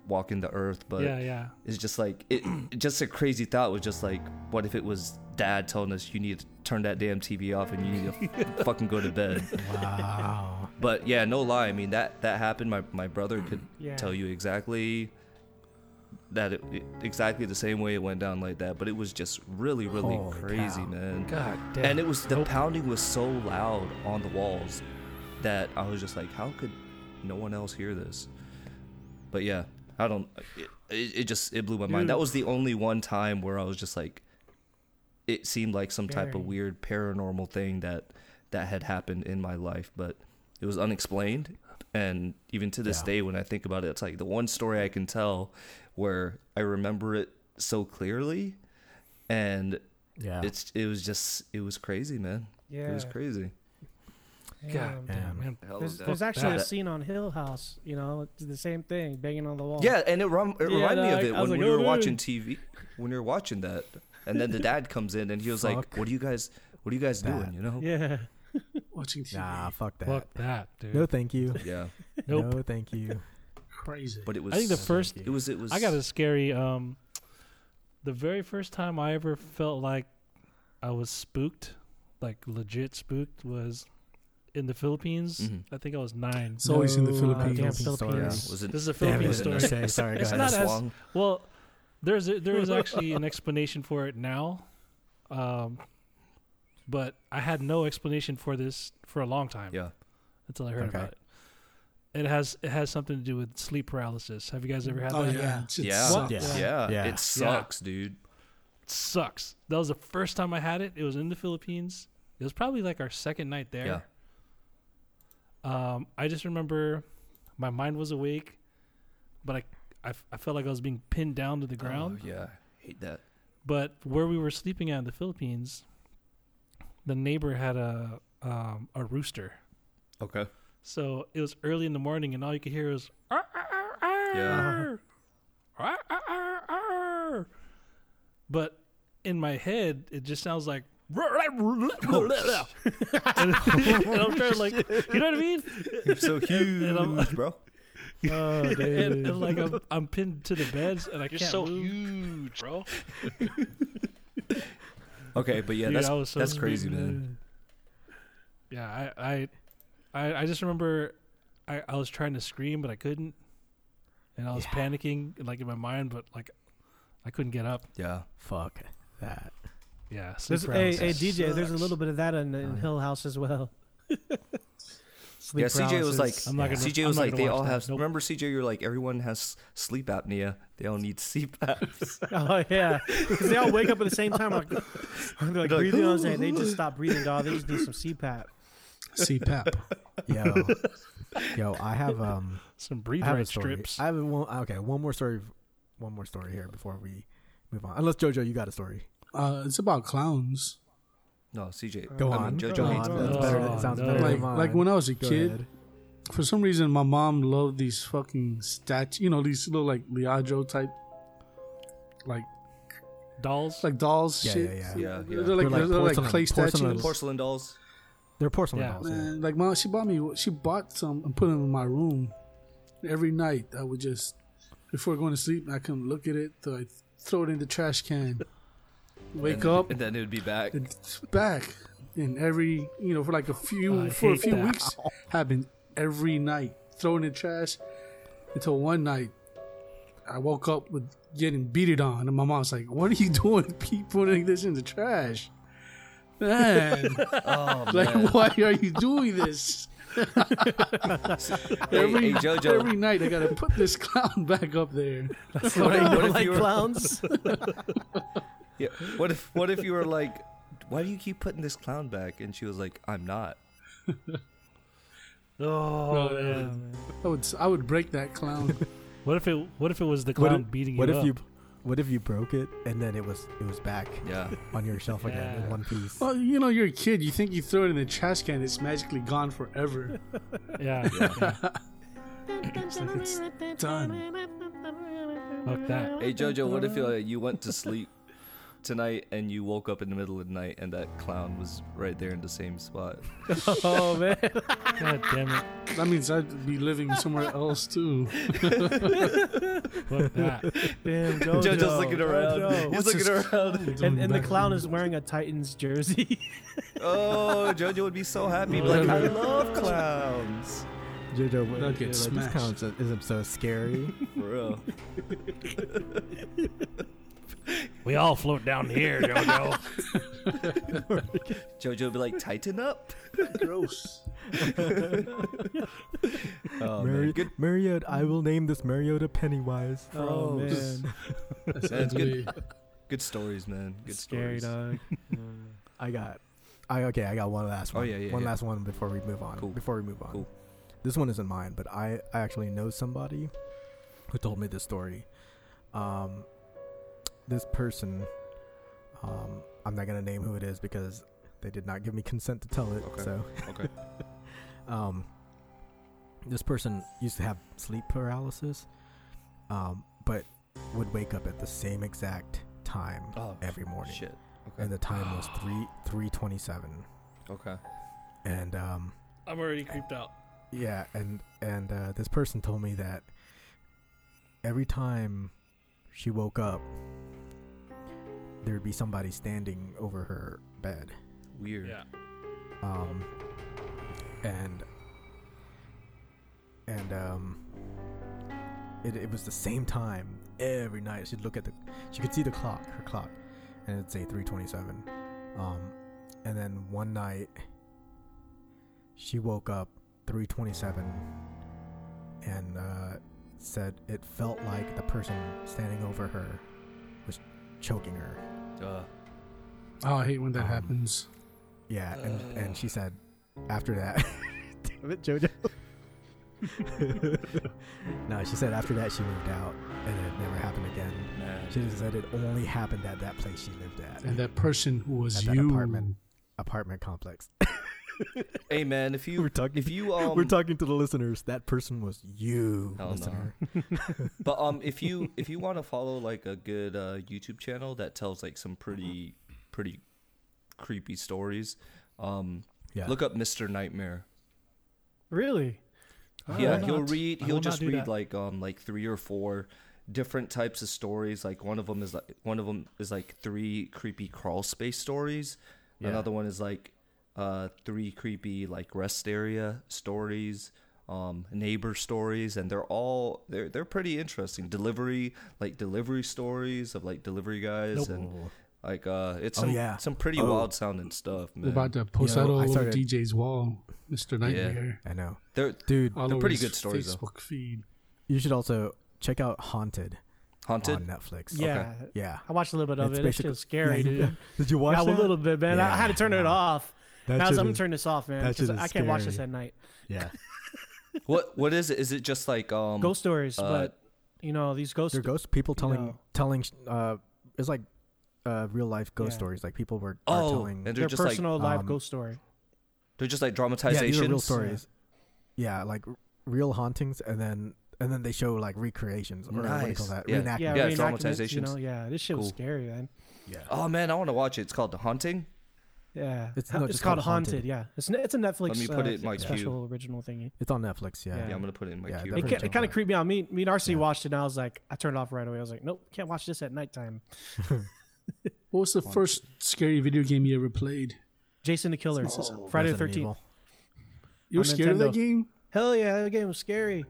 S2: walking the earth, but
S3: yeah, yeah.
S2: it's just like it. Just a crazy thought was just like, what if it was Dad telling us you need to turn that damn TV off and you need to fucking go to bed?
S5: Wow.
S2: But yeah, no lie. I mean that that happened. My my brother could
S6: Yeah.
S2: tell you exactly that it, it- exactly the same way it went down like that. But it was just really really
S5: Holy
S2: crazy,
S5: cow.
S2: man.
S3: God damn.
S2: And it was the
S3: Nope.
S2: pounding was so loud on the walls that I was just like, how could no one else hear this? But yeah, I don't. It, it, it just it blew my mind. That was the only one time where I was just like, it seemed like some type of
S6: Scary.
S2: weird paranormal thing that that had happened in my life, but it was unexplained. And even to this
S5: Yeah.
S2: day, when I think about it, it's like the one story I can tell where I remember it so clearly, and
S5: Yeah.
S2: it's it was just it was crazy, man.
S6: Yeah.
S2: It was crazy.
S5: damn.
S3: God damn. Man.
S6: Um, There's, there's actually a
S2: that.
S6: scene on Hill House, you know, it's the same thing, banging on the wall.
S2: Yeah, and it, rem- it
S6: Yeah,
S2: reminded me
S6: no,
S2: of
S6: I-
S2: it
S6: I
S2: when
S6: was like,
S2: we were
S6: "Oh, dude."
S2: watching TV, when we were watching that, and then the dad comes in and he was like,
S5: Fuck
S2: "What are you guys? What are you guys
S5: that.
S2: doing? You know?"
S6: Yeah.
S4: Watching TV.
S5: Nah, fuck that.
S3: Fuck that, dude.
S5: No, thank you.
S2: Yeah,
S3: Nope.
S5: No, thank you.
S4: Crazy.
S2: but it was.
S3: I think the first
S2: it was it was.
S3: I got a scary um the very first time I ever felt like I was spooked, like legit spooked was in the Philippines.
S2: Mhm.
S3: I think I was 9.
S4: It's always in the
S5: No, uh,
S4: Philippines.
S6: damn
S2: Yeah,
S6: Philippines.
S2: was it?
S3: This is a
S5: Damn it.
S3: Philippine story.
S5: Okay, sorry, go
S3: It's
S5: ahead.
S3: not as
S2: Swang?
S3: Well, there's a, there is actually an explanation for it now, um, but I had no explanation for this for a long time
S2: Yeah.
S3: until I heard
S5: Okay.
S3: about it. It has it has something to do with sleep paralysis. Have you guys ever had
S4: Oh
S3: that?
S4: yeah, It's- it
S2: Yeah.
S4: sucks.
S5: Yeah.
S2: yeah,
S5: Yeah.
S2: It sucks, dude.
S3: It sucks. That was the first time I had it. It was in the Philippines. It was probably like our second night there. Um, I just remember my mind was awake, but I, I, I felt like I was being pinned down to the ground.
S2: Oh, yeah, hate that.
S3: But where we were sleeping at in the Philippines, the neighbor had a um, a rooster.
S2: Okay.
S3: So it was early in the morning, and all you could hear was "Arr, arr, arr,
S2: Yeah.
S3: arr, arr, arr, arr." But in my head, it just sounds like. and, and I'm trying to like, you know what I mean?
S2: You're so huge,
S3: And I'm-
S2: bro.
S5: Oh,
S3: And,
S5: dude.
S3: and like I'm, I'm pinned to the beds, and I
S8: You're
S3: can't
S8: so
S3: move.
S8: huge, bro.
S2: Okay, but yeah,
S3: Dude,
S2: that's
S3: I was so
S2: that's crazy,
S3: spooked.
S2: man.
S3: Yeah, I, I, I, I just remember, I, I was trying to scream but I couldn't, and I was
S5: Yeah.
S3: panicking like in my mind, but like, I couldn't get up.
S2: Yeah.
S5: Fuck that.
S3: Yeah, sleep
S6: There's, hey, hey,
S3: paralysis.
S6: DJ, there's a
S4: sucks.
S6: little bit of that in, in
S5: Oh, yeah.
S6: Hill House as well. sleep
S2: Uh-huh. yeah, CJ was like,
S6: paralysis.
S3: I'm not gonna-
S2: CJ
S3: I'm
S2: was
S3: not
S2: like,
S3: gonna
S2: they
S3: watch
S2: all
S3: that.
S2: have.
S3: Nope.
S2: Remember, CJ, you're like, everyone has sleep apnea. They all need CPAPs.
S6: Oh yeah, because they all wake up at the same time. Like, they're like
S2: They're like,
S6: breathing. on and they just stop breathing. Dog. They just need some CPAP.
S4: CPAP.
S5: yo, yo, I have um,
S3: Some
S5: I
S3: breathe
S5: have a
S3: right
S5: story.
S3: strips.
S5: I have a one. Okay, one more story. One more story here before we move on. Unless Jojo, you got a story.
S4: Uh, it's about clowns.
S2: no, CJ.
S5: Go
S2: I
S5: on.
S2: Mean, JoJo
S5: Go
S2: hates
S5: on.
S2: clowns.
S5: That's better. That
S3: Oh,
S5: sounds
S3: no.
S5: better than
S4: Like,
S5: mine.
S4: like when I was a
S5: Go
S4: kid,
S5: ahead.
S4: for some reason, my mom loved these fucking statues. You know, these little like Liaggio type, like
S3: Dolls.
S4: like dolls.
S5: Yeah,
S4: shit.
S5: yeah, yeah.
S2: Yeah, yeah.
S4: They're like,
S5: They're like
S4: they're, like
S5: porcelain-
S4: clay
S5: porcelain
S4: statues.
S2: Porcelain dolls.
S5: They're porcelain
S3: Yeah.
S5: dolls. yeah.
S4: Man, like mom, she bought me. She bought some and put them in my room. Every night, I would just before going to sleep, I couldn't look at it. So I throw it in the trash can. Wake
S2: And-
S4: up,
S2: and then it would be back.
S4: it's back. And every you know for like a
S3: I
S4: few for a
S3: hate
S4: few
S3: that.
S4: weeks, happened every night. Throwing in the trash until one night, I woke up with getting beated on, and my mom's like, "What are you doing? Keep putting this in the trash." Man,
S2: Oh
S4: like,
S2: man.
S4: why are you doing this?
S2: Hey, hey, JoJo.
S4: Every night I gotta put this clown back up there.
S2: what, if- what
S6: Don't
S2: if
S6: like
S2: you were,
S6: clowns.
S2: yeah, what if what if you were like, why do you keep putting this clown back? And she was like, I'm not.
S4: No,
S3: Oh, man.
S4: I would I would break that clown.
S3: What if it? What if it was the
S5: What
S3: clown
S5: if-
S3: beating
S5: What
S3: you
S5: if
S3: up?
S5: you? What if you broke it and then it was it was back
S2: Yeah.
S5: on your shelf again
S3: Yeah.
S5: in one piece?
S4: well, you know you're a kid. You think you throw it in the trash can, it's magically gone forever.
S3: Yeah. yeah.
S4: It's like it's done.
S3: Fuck that.
S2: Hey Jojo, what if uh, you went to sleep tonight and you woke up in the middle of the night and that clown was right there in the same spot?
S6: Oh man.
S3: God damn it.
S4: That means I'd be living somewhere else too.
S3: Fuck that.
S6: Damn, Jojo.
S2: Jojo's looking around.
S6: Jojo.
S2: He's
S4: What's
S2: looking
S4: this
S2: around.
S6: And, and the clown is wearing a Titans jersey.
S2: Oh, Jojo would be so happy. He'd be Like I love clowns.
S5: Jojo, what,
S4: They'll
S5: you're like,
S4: get
S5: this
S4: smashed.
S5: counts as- isn't so scary.
S2: For real.
S3: We all float down here, Jojo.
S2: Jojo would be like, tighten up.
S4: Gross.
S2: Oh, man.
S5: Mari-
S2: Good.
S5: Marriott, I will name this Mariota Pennywise.
S6: oh
S2: Gross.
S6: man.
S4: That's
S2: That's good.
S4: ugly.
S2: Good stories, man. Good
S6: Scary
S2: stories.
S6: dog.
S5: I got, I okay, I got one last
S2: Oh,
S5: one.
S2: yeah, yeah,
S5: one
S2: yeah.
S5: last one before we move on.
S2: Cool.
S5: Before we move on,
S2: Cool.
S5: this one isn't mine, but I, I actually know somebody who told me this story. Um, this person, um, I'm not gonna name who it is because they did not give me consent to tell it.
S2: Okay.
S5: So,
S2: Okay.
S5: um, this person used to have sleep paralysis, um, but would wake up at the same exact time
S2: Oh,
S5: every morning
S2: shit. Okay.
S5: and the time was three three twenty seven,
S2: Okay.
S5: and um,
S3: I'm already creeped out.
S5: yeah, and and uh, this person told me that every time she woke up, there would be somebody standing over her bed,
S2: Weird.
S3: Yeah.
S5: um, and and um, it it was the same time every night. She'd look at the, she could see the clock, her clock, and it'd say three twenty seven, um, and then one night she woke up three twenty seven, and uh, said it felt like the person standing over her was choking her.
S2: Uh,
S4: Oh, I hate when that
S5: Um,
S4: happens.
S5: Yeah, and,
S2: Ugh.
S5: and she said after that. Damn it, JoJo. no, she said after that she moved out and it never happened again.
S2: man.
S5: She just said it only happened at that place she lived at.
S4: And that person was
S5: At that
S4: you.
S5: apartment. apartment complex.
S2: Hey, man. If you
S5: we're talking
S2: if you um
S5: we're talking to the listeners. That person was you,
S2: Hell no.
S5: listener.
S2: But um, if you if you want to follow like a good uh, YouTube channel that tells like some pretty pretty creepy stories, um,
S5: Yeah.
S2: look up Mister Nightmare.
S6: Really?
S3: I
S2: yeah,
S3: will
S2: he'll
S3: not-
S2: read.
S3: I
S2: He'll
S3: will not
S2: just
S3: do
S2: read
S3: that.
S2: like um like three or four different types of stories. Like one of them is like one of them is like three creepy crawl space stories.
S5: Yeah.
S2: Another one is like uh three creepy like rest area stories. Um, neighbor stories, and they're all they're they're pretty interesting. Delivery, like delivery stories of like delivery guys, and Like uh, it's
S5: Oh,
S2: some
S5: yeah.
S2: some pretty
S5: Oh.
S2: wild sounding stuff,
S4: We're
S2: man.
S4: about to
S5: You
S4: post
S5: know,
S4: that all
S5: I
S4: over
S5: started-
S4: DJ's wall, Mr. Nightmare.
S5: I know,
S2: They're
S5: dude.
S4: All
S2: They're
S4: over
S2: pretty
S4: his
S2: good stories, though.
S4: Facebook feed.
S5: You should also check out Haunted, on
S2: haunted.
S5: Netflix.
S6: Yeah,
S5: yeah.
S6: I watched a little bit of
S5: It's
S6: it. It's
S5: basically-
S6: still scary,
S5: yeah, you-
S6: dude.
S5: Did you watch
S6: Yeah, a
S5: that?
S6: little bit, man. I- I had to
S5: Yeah,
S6: turn it
S5: no.
S6: off.
S5: That
S6: Now, so
S5: shit
S6: I'm gonna
S5: is-
S6: turn this off, man.
S5: that
S6: 'cause
S5: shit
S6: I
S5: is
S6: can't watch this
S5: scary.
S6: at night.
S5: Yeah,
S2: What what is it? Is it just like um?
S6: Ghost stories,
S2: uh,
S6: but you know these ghost.
S5: they're ghost people telling
S6: know.
S5: telling. Uh, it's like uh, real life ghost
S6: Yeah.
S5: stories. Like people were are
S2: oh,
S5: telling.
S2: and
S6: their
S2: they're just like
S6: personal live
S5: um,
S6: ghost story.
S2: they're just like
S5: yeah,
S2: dramatizations.
S5: these are real
S6: story.
S5: stories. Yeah, like r- real hauntings, and then and then they show like recreations or what do you
S2: Nice.
S5: call that?
S2: Yeah.
S5: Reenactments.
S6: Yeah,
S2: Yeah,
S6: reenactments, You
S2: traumatizations.
S6: know, yeah, this shit was
S2: Cool.
S6: scary, man.
S2: Oh man, I want to watch it. It's called The Haunting.
S6: Yeah,
S5: It's
S6: Ha-
S5: not just
S6: called
S5: called
S6: haunted.
S5: Haunted.
S6: Yeah, it's ne- it's a Netflix.
S2: Let me put
S6: uh,
S2: it in my queue.
S6: special original thingy.
S5: It's on Netflix. Yeah.
S6: Yeah.
S2: Yeah, I'm gonna put it in my
S5: Yeah,
S2: queue.
S5: I've
S6: It,
S5: heard
S6: ca- it
S5: of
S6: kind of
S5: that.
S6: creeped me out. Me, me and Arcee
S5: Yeah.
S6: watched it, and I was like, I turned it off right away. I was like, nope, can't watch this at nighttime.
S4: What was the first scary video game you ever played?
S6: Jason the Killer, Friday the
S5: Resident
S6: Thirteenth.
S5: Evil.
S4: You were
S6: On
S4: scared of that
S6: Nintendo.
S4: game?
S6: Hell yeah, that game was scary.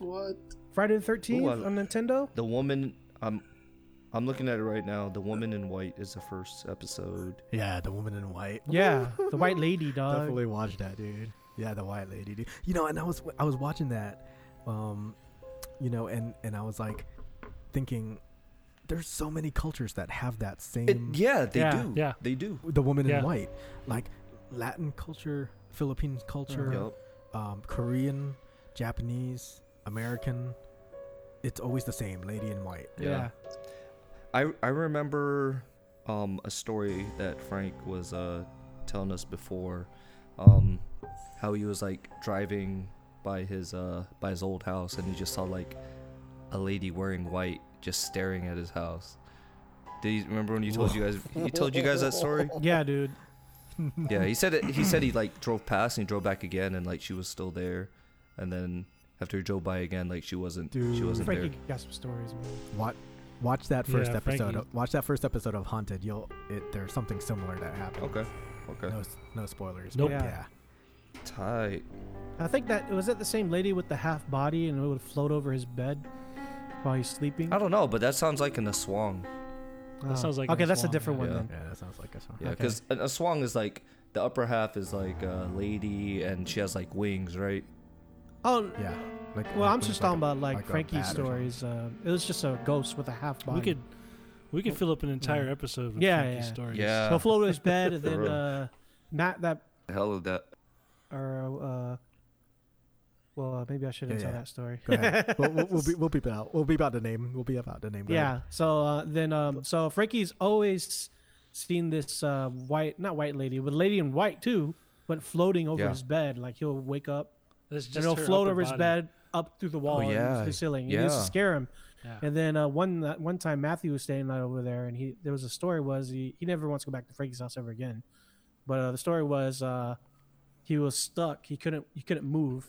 S4: What?
S6: Friday the Thirteenth
S2: I-
S6: on Nintendo.
S2: The woman, I'm I'm looking at it right now. The woman in white is the first episode.
S5: Yeah, the woman in white.
S6: Yeah, the White Lady, dog.
S5: Definitely watch that, dude. Yeah, the white lady, dude. You know, and I was I was watching that, um, you know, and and I was like thinking, there's so many cultures that have that same
S2: It, yeah, they
S6: Yeah,
S2: do.
S3: yeah.
S2: they do.
S5: the woman
S3: Yeah.
S5: in white, like Latin culture, Philippine
S6: Mm-hmm.
S5: culture,
S2: Yup.
S5: um, Korean, Japanese, American. It's always the same lady in white.
S2: Yeah.
S6: Yeah.
S2: I I remember um, a story that Frank was uh, telling us before, um, how he was like driving by his uh, by his old house and he just saw like a lady wearing white just staring at his house. Did you remember when you told you guys he told you guys that story?
S6: Yeah, dude.
S2: Yeah, he said it, he said he like drove past and he drove back again and like she was still there, and then after he drove by again like she wasn't she
S5: Dude.
S2: wasn't
S6: Frankie
S2: there.
S6: got some stories, man.
S5: Watch, watch that first
S3: Yeah,
S5: episode.
S3: Frankie-
S5: Of, watch that first episode of Haunted. You'll it, there's something similar that happened.
S2: Okay, okay,
S5: No, s- no spoilers.
S3: Nope.
S5: but
S6: Yeah.
S5: Yeah.
S2: tight.
S6: I think that was that the same lady with the half body and it would float over his bed while he's sleeping.
S2: I don't know, but that sounds like an aswang.
S6: Oh.
S3: That sounds like
S6: okay.
S3: an
S6: That's a
S3: Aswang,
S6: different
S2: yeah.
S6: one
S2: Yeah.
S6: then.
S5: Yeah, that sounds like a song.
S2: Yeah,
S6: Okay.
S2: because a, a swang is like the upper half is like a lady and she has like wings, right?
S6: Oh
S5: Yeah. Like,
S6: well,
S5: like
S6: I'm
S5: when it's
S6: just
S5: like
S6: talking
S5: a-
S6: about like,
S5: like a
S6: Frankie's
S5: bat or something.
S6: stories. Uh, it was just a ghost with a half body.
S3: We could we could fill up an entire episode with
S6: Yeah,
S3: Frankie's
S6: yeah.
S3: stories.
S2: Yeah.
S6: He'll float over his bed and
S2: uh, For
S6: then
S2: real.
S6: uh, Matt that
S2: The hell of that.
S6: or uh, well uh, maybe I shouldn't
S5: Yeah,
S6: tell
S5: yeah.
S6: that story.
S5: Go ahead. we'll, we'll, we'll be we'll beep it out. We'll beep out the name. We'll be about the name. Go
S6: Yeah.
S5: ahead.
S6: So uh, then, um, so Frankie's always seen this uh, white, not white lady, but lady in white too, but floating over
S2: Yeah.
S6: his bed. Like he'll wake up
S3: That's just
S6: and he'll
S3: her
S6: float
S3: upper
S6: over his
S3: body.
S6: bed up through the wall
S2: Oh, yeah.
S6: and the ceiling. And It used
S2: Yeah.
S6: to scare him.
S3: Yeah.
S6: And then uh, one that one time Matthew was staying out over there, and he there was a story was he, he never wants to go back to Frankie's house ever again, but uh, the story was uh, he was stuck. He couldn't he couldn't move,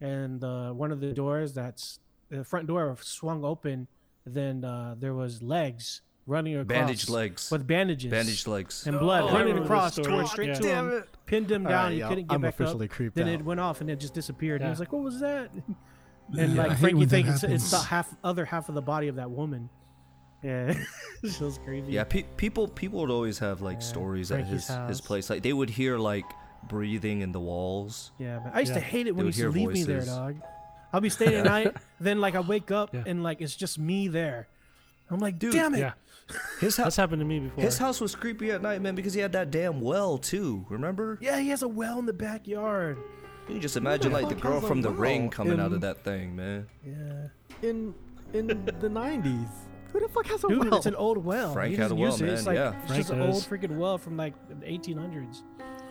S6: and uh, one of the doors that's the front door swung open. Then uh, there was legs running across
S2: Bandaged legs.
S6: with bandages,
S2: Bandaged legs.
S6: and blood
S3: Oh, I
S6: running
S3: remember this
S6: across,
S3: story.
S6: tore straight
S3: Yeah.
S6: to
S5: um,
S6: him, pinned him down. he
S5: y'all,
S6: couldn't get
S5: I'm
S6: back up.
S5: officially creeped
S6: Then
S5: out.
S6: it went off and it just disappeared. And he
S3: Yeah.
S6: was like, "What was that?" And
S4: Yeah, I
S6: like
S4: hate
S6: Frankie
S4: when that
S6: thinks it's the
S4: happens.
S6: half other half of the body of that woman. Yeah, it was crazy.
S2: Yeah, pe- people people would always have like
S6: Yeah,
S2: stories
S6: Frankie's
S2: at his
S6: house.
S2: his place. Like they would hear like breathing in the walls.
S6: Yeah, man. I used to
S3: Yeah.
S6: hate it when
S2: They
S6: you
S2: would
S6: used to
S2: hear
S6: leave me there,
S2: voices.
S6: dog. I'll be staying at night, then like I wake up
S3: Yeah.
S6: and like it's just me there. I'm like,
S2: Dude,
S6: damn it.
S3: Yeah.
S2: His
S3: That's
S2: house
S3: happened to me before.
S2: his house was creepy at night, man, because he had that damn well too. Remember?
S6: Yeah, he has a well in the backyard.
S2: You can just imagine
S5: the
S2: like the
S5: fuck
S2: girl
S5: has a
S2: from the ring
S5: well
S2: coming out
S5: in-
S2: of that thing, man.
S6: Yeah,
S5: in in the '90s. Who the fuck has a
S6: dude,
S5: well?
S6: it's an old well.
S2: Frank
S6: He
S2: had
S6: doesn't
S2: a well,
S6: use it. It's
S2: man.
S6: like,
S2: Yeah.
S6: it's
S3: Frank
S6: just an old
S3: does.
S6: freaking well from like the 1800s.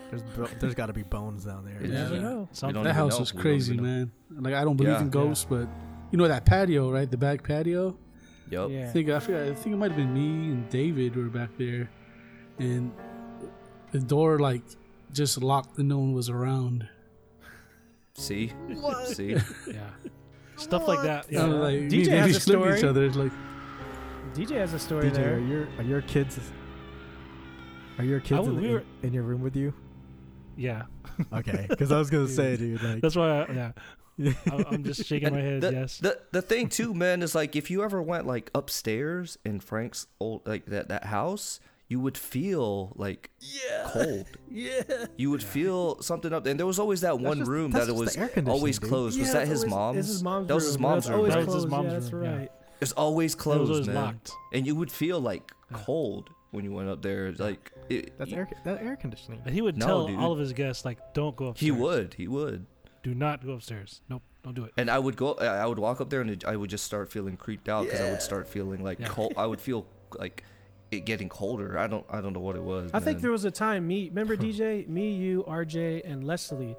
S5: there's bo- there's got to be bones down there.
S2: Yeah.
S6: Never know.
S2: We don't
S3: Something.
S4: That
S2: even
S4: house
S2: know.
S4: was
S2: We don't
S4: crazy,
S2: even know.
S4: man. Like I don't believe
S2: Yeah.
S4: in ghosts, but you know that patio, right? The back patio.
S2: Yup.
S6: Yeah.
S4: I think I, forgot, I think it might have been me and David were back there, and the door like just locked and no one was around.
S2: See? See?
S3: Yeah. Stuff like that.
S4: Yeah.
S3: Yeah.
S4: like, me
S6: DJ
S4: and
S6: has
S4: David
S6: a
S4: just looked at each
S6: story.
S4: other like,
S6: DJ has a story
S5: DJ,
S6: there.
S5: are your are your kids? Are your kids
S3: w-
S5: in, the-
S3: we were-
S5: in, in your room with you?
S3: yeah.
S5: Okay, because I was gonna say, dude, like
S3: That's why. I, yeah. I, I'm just shaking my head.
S2: the,
S3: yes.
S2: The the thing too, man, is like if you ever went like upstairs in Frank's old like that that house, you would feel like cold.
S4: Yeah.
S2: You would feel something up, and there was always that one
S5: just-
S2: room
S5: that's
S2: that it
S5: just
S2: was
S5: the air conditioning,
S2: always
S5: dude.
S2: closed.
S6: Yeah,
S2: was that
S6: it's
S2: his
S6: always-
S2: mom's?
S6: It's his mom's
S2: that was his
S6: room.
S2: mom's
S6: It's
S2: room.
S6: always
S2: right?
S3: That was his
S6: closed, yeah,
S3: mom's
S6: that's
S3: room, yeah.
S6: right.
S2: It's always
S3: It
S2: closed,
S3: was always
S2: man.
S3: locked.
S2: And you would feel like cold when you went up there. Like it,
S5: That's
S2: you-
S5: air, that air conditioning.
S3: And he would
S2: No,
S3: tell
S2: dude.
S3: all of his guests like, "Don't go upstairs."
S2: He would, he would.
S3: Do not go upstairs. Nope, don't do it.
S2: And I would go. I I would walk up there, and it- I would just start feeling creeped out because I would start feeling like
S3: Yeah.
S2: cold. I would feel like it getting colder. I don't. I don't know what it was.
S6: I think
S2: man.
S6: there was a time me remember DJ, me, you, RJ, and Leslie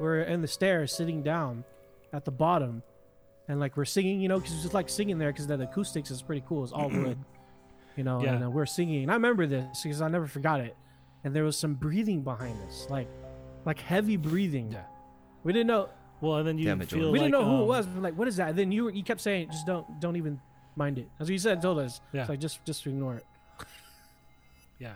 S6: were in the stairs sitting down at the bottom, and like we're singing, you know, because just like singing there because the acoustics is pretty cool. It's all wood, you know,
S3: Yeah.
S6: and uh, we're singing. And I remember this because I never forgot it. And there was some breathing behind us, like like heavy breathing.
S3: Yeah.
S6: We didn't know
S3: Well, and then you
S2: Damn it,
S3: feel
S2: Jordan.
S6: we didn't
S3: like,
S6: know who it
S3: um,
S6: was. We're like, what is that? And then you were, you kept saying, just don't don't even mind it. That's what you said. Told us,
S3: Yeah.
S6: it's like just just ignore it.
S3: Yeah.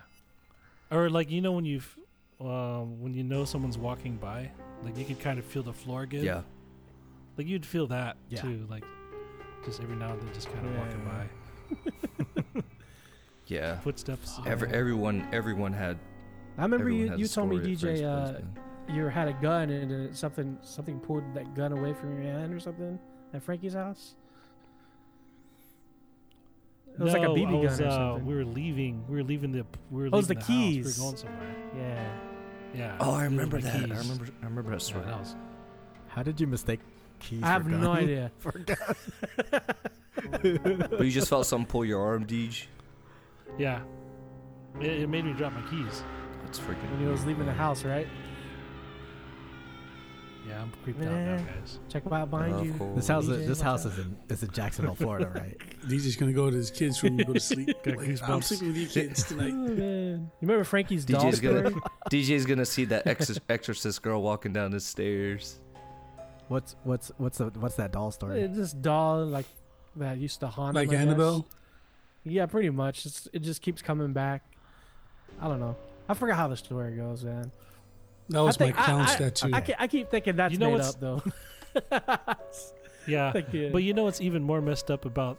S3: Or like you know when you've um, when you know someone's walking by, like you can kind of feel the floor give.
S2: Yeah.
S3: Like you'd feel that
S5: Yeah.
S3: too, like just every now and then, just kind of walking
S6: Yeah.
S3: by,
S2: Yeah.
S3: footsteps.
S2: Every, everyone. Everyone had.
S6: I remember
S2: everyone
S6: you,
S2: had a
S6: you told
S2: story
S6: me
S2: at Frank's
S6: DJ uh,
S2: place, man.
S6: you had a gun and uh, something something pulled that gun away from your hand or something at Frankie's house. It was like a
S3: No, I
S6: BB
S3: was,
S6: gun or
S3: uh,
S6: something.
S3: we were leaving. We were leaving the. We were
S6: Oh, it was
S3: leaving
S6: the
S3: house. We
S6: keys.
S3: were going somewhere.
S6: yeah,
S3: Yeah.
S2: Oh,
S3: we
S2: I
S3: were
S2: remember
S3: leaving
S2: that.
S3: the
S2: I
S3: keys.
S2: remember. I remember that
S3: Yeah,
S2: story.
S3: that was-
S5: How did you mistake keys?
S6: I have
S5: for gun?
S6: no idea.
S2: but you just felt someone pull your arm, Deej.
S3: yeah. It, it made me drop my keys.
S2: That's freaking.
S6: When he was leaving the house, right?
S3: Yeah, I'm creeped out now,
S6: Man.
S3: guys.
S6: Check out behind
S2: Of
S6: you.
S2: course.
S5: This house,
S6: DJ,
S5: is, this
S6: watch
S5: house
S6: out.
S5: is in, is in Jacksonville, Florida, right?
S4: He's just gonna go to his kids' room and go to sleep.
S3: Got
S4: Like, I'm
S3: goosebumps.
S4: sleeping with you kids
S6: Oh,
S4: tonight.
S6: man. You remember Frankie's doll
S2: DJ's
S6: story?
S2: gonna DJ's gonna see that ex- exorcist girl walking down the stairs.
S5: What's what's what's the, what's that doll story?
S6: It's this doll like that used to haunt him,
S4: Like
S6: I guess.
S4: Annabelle.
S6: Yeah, pretty much. It's, it just keeps coming back. I don't know. I forgot how the story goes, man.
S4: That was my
S6: I think-
S4: clown
S6: I, I,
S4: statue.
S6: I, ke- I keep thinking that's
S3: You know
S6: made
S3: what's-
S6: up, though.
S3: Yeah.
S6: Like, yeah.
S3: But you know what's even more messed up about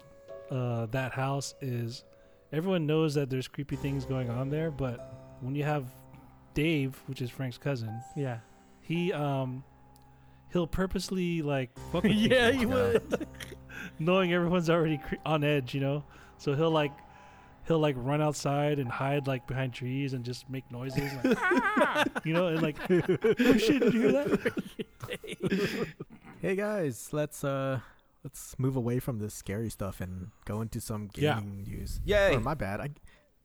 S3: uh, that house is everyone knows that there's creepy things going on there, but when you have Dave, which is Frank's cousin,
S6: yeah.
S3: he um he'll purposely like fuck with
S6: yeah,
S3: people,
S6: you would.
S3: knowing everyone's already cre- on edge, you know. So he'll like he'll like run outside and hide like behind trees and just make noises, like, you know, and like oh shit, did you hear that?
S5: Hey guys, let's uh let's move away from this scary stuff and go into some
S3: Yeah.
S5: gaming news.
S2: Yay!
S5: Or my bad. I,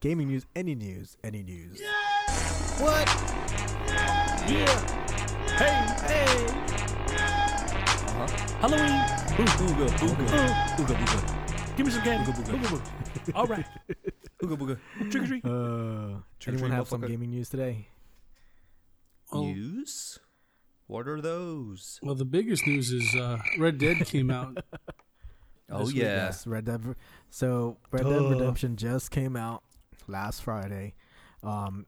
S5: gaming news, any news, any news.
S3: Halloween,
S2: Ooga, ooga, ooga, booga,
S3: give me some candy.
S2: ooga, booga,
S3: All right,
S2: ooga, booga.
S3: trick or treat.
S5: Uh,
S2: Trick or
S5: anyone
S2: treat,
S5: have some
S2: motherfucker.
S5: gaming news today?
S4: Well-
S2: News? What are those?
S4: Well, the biggest news is uh, Red Dead came out.
S2: Oh
S5: This week,
S2: yeah,
S5: yes, Red Dead. So Red Dead
S3: Duh.
S5: Redemption just came out last Friday. Um,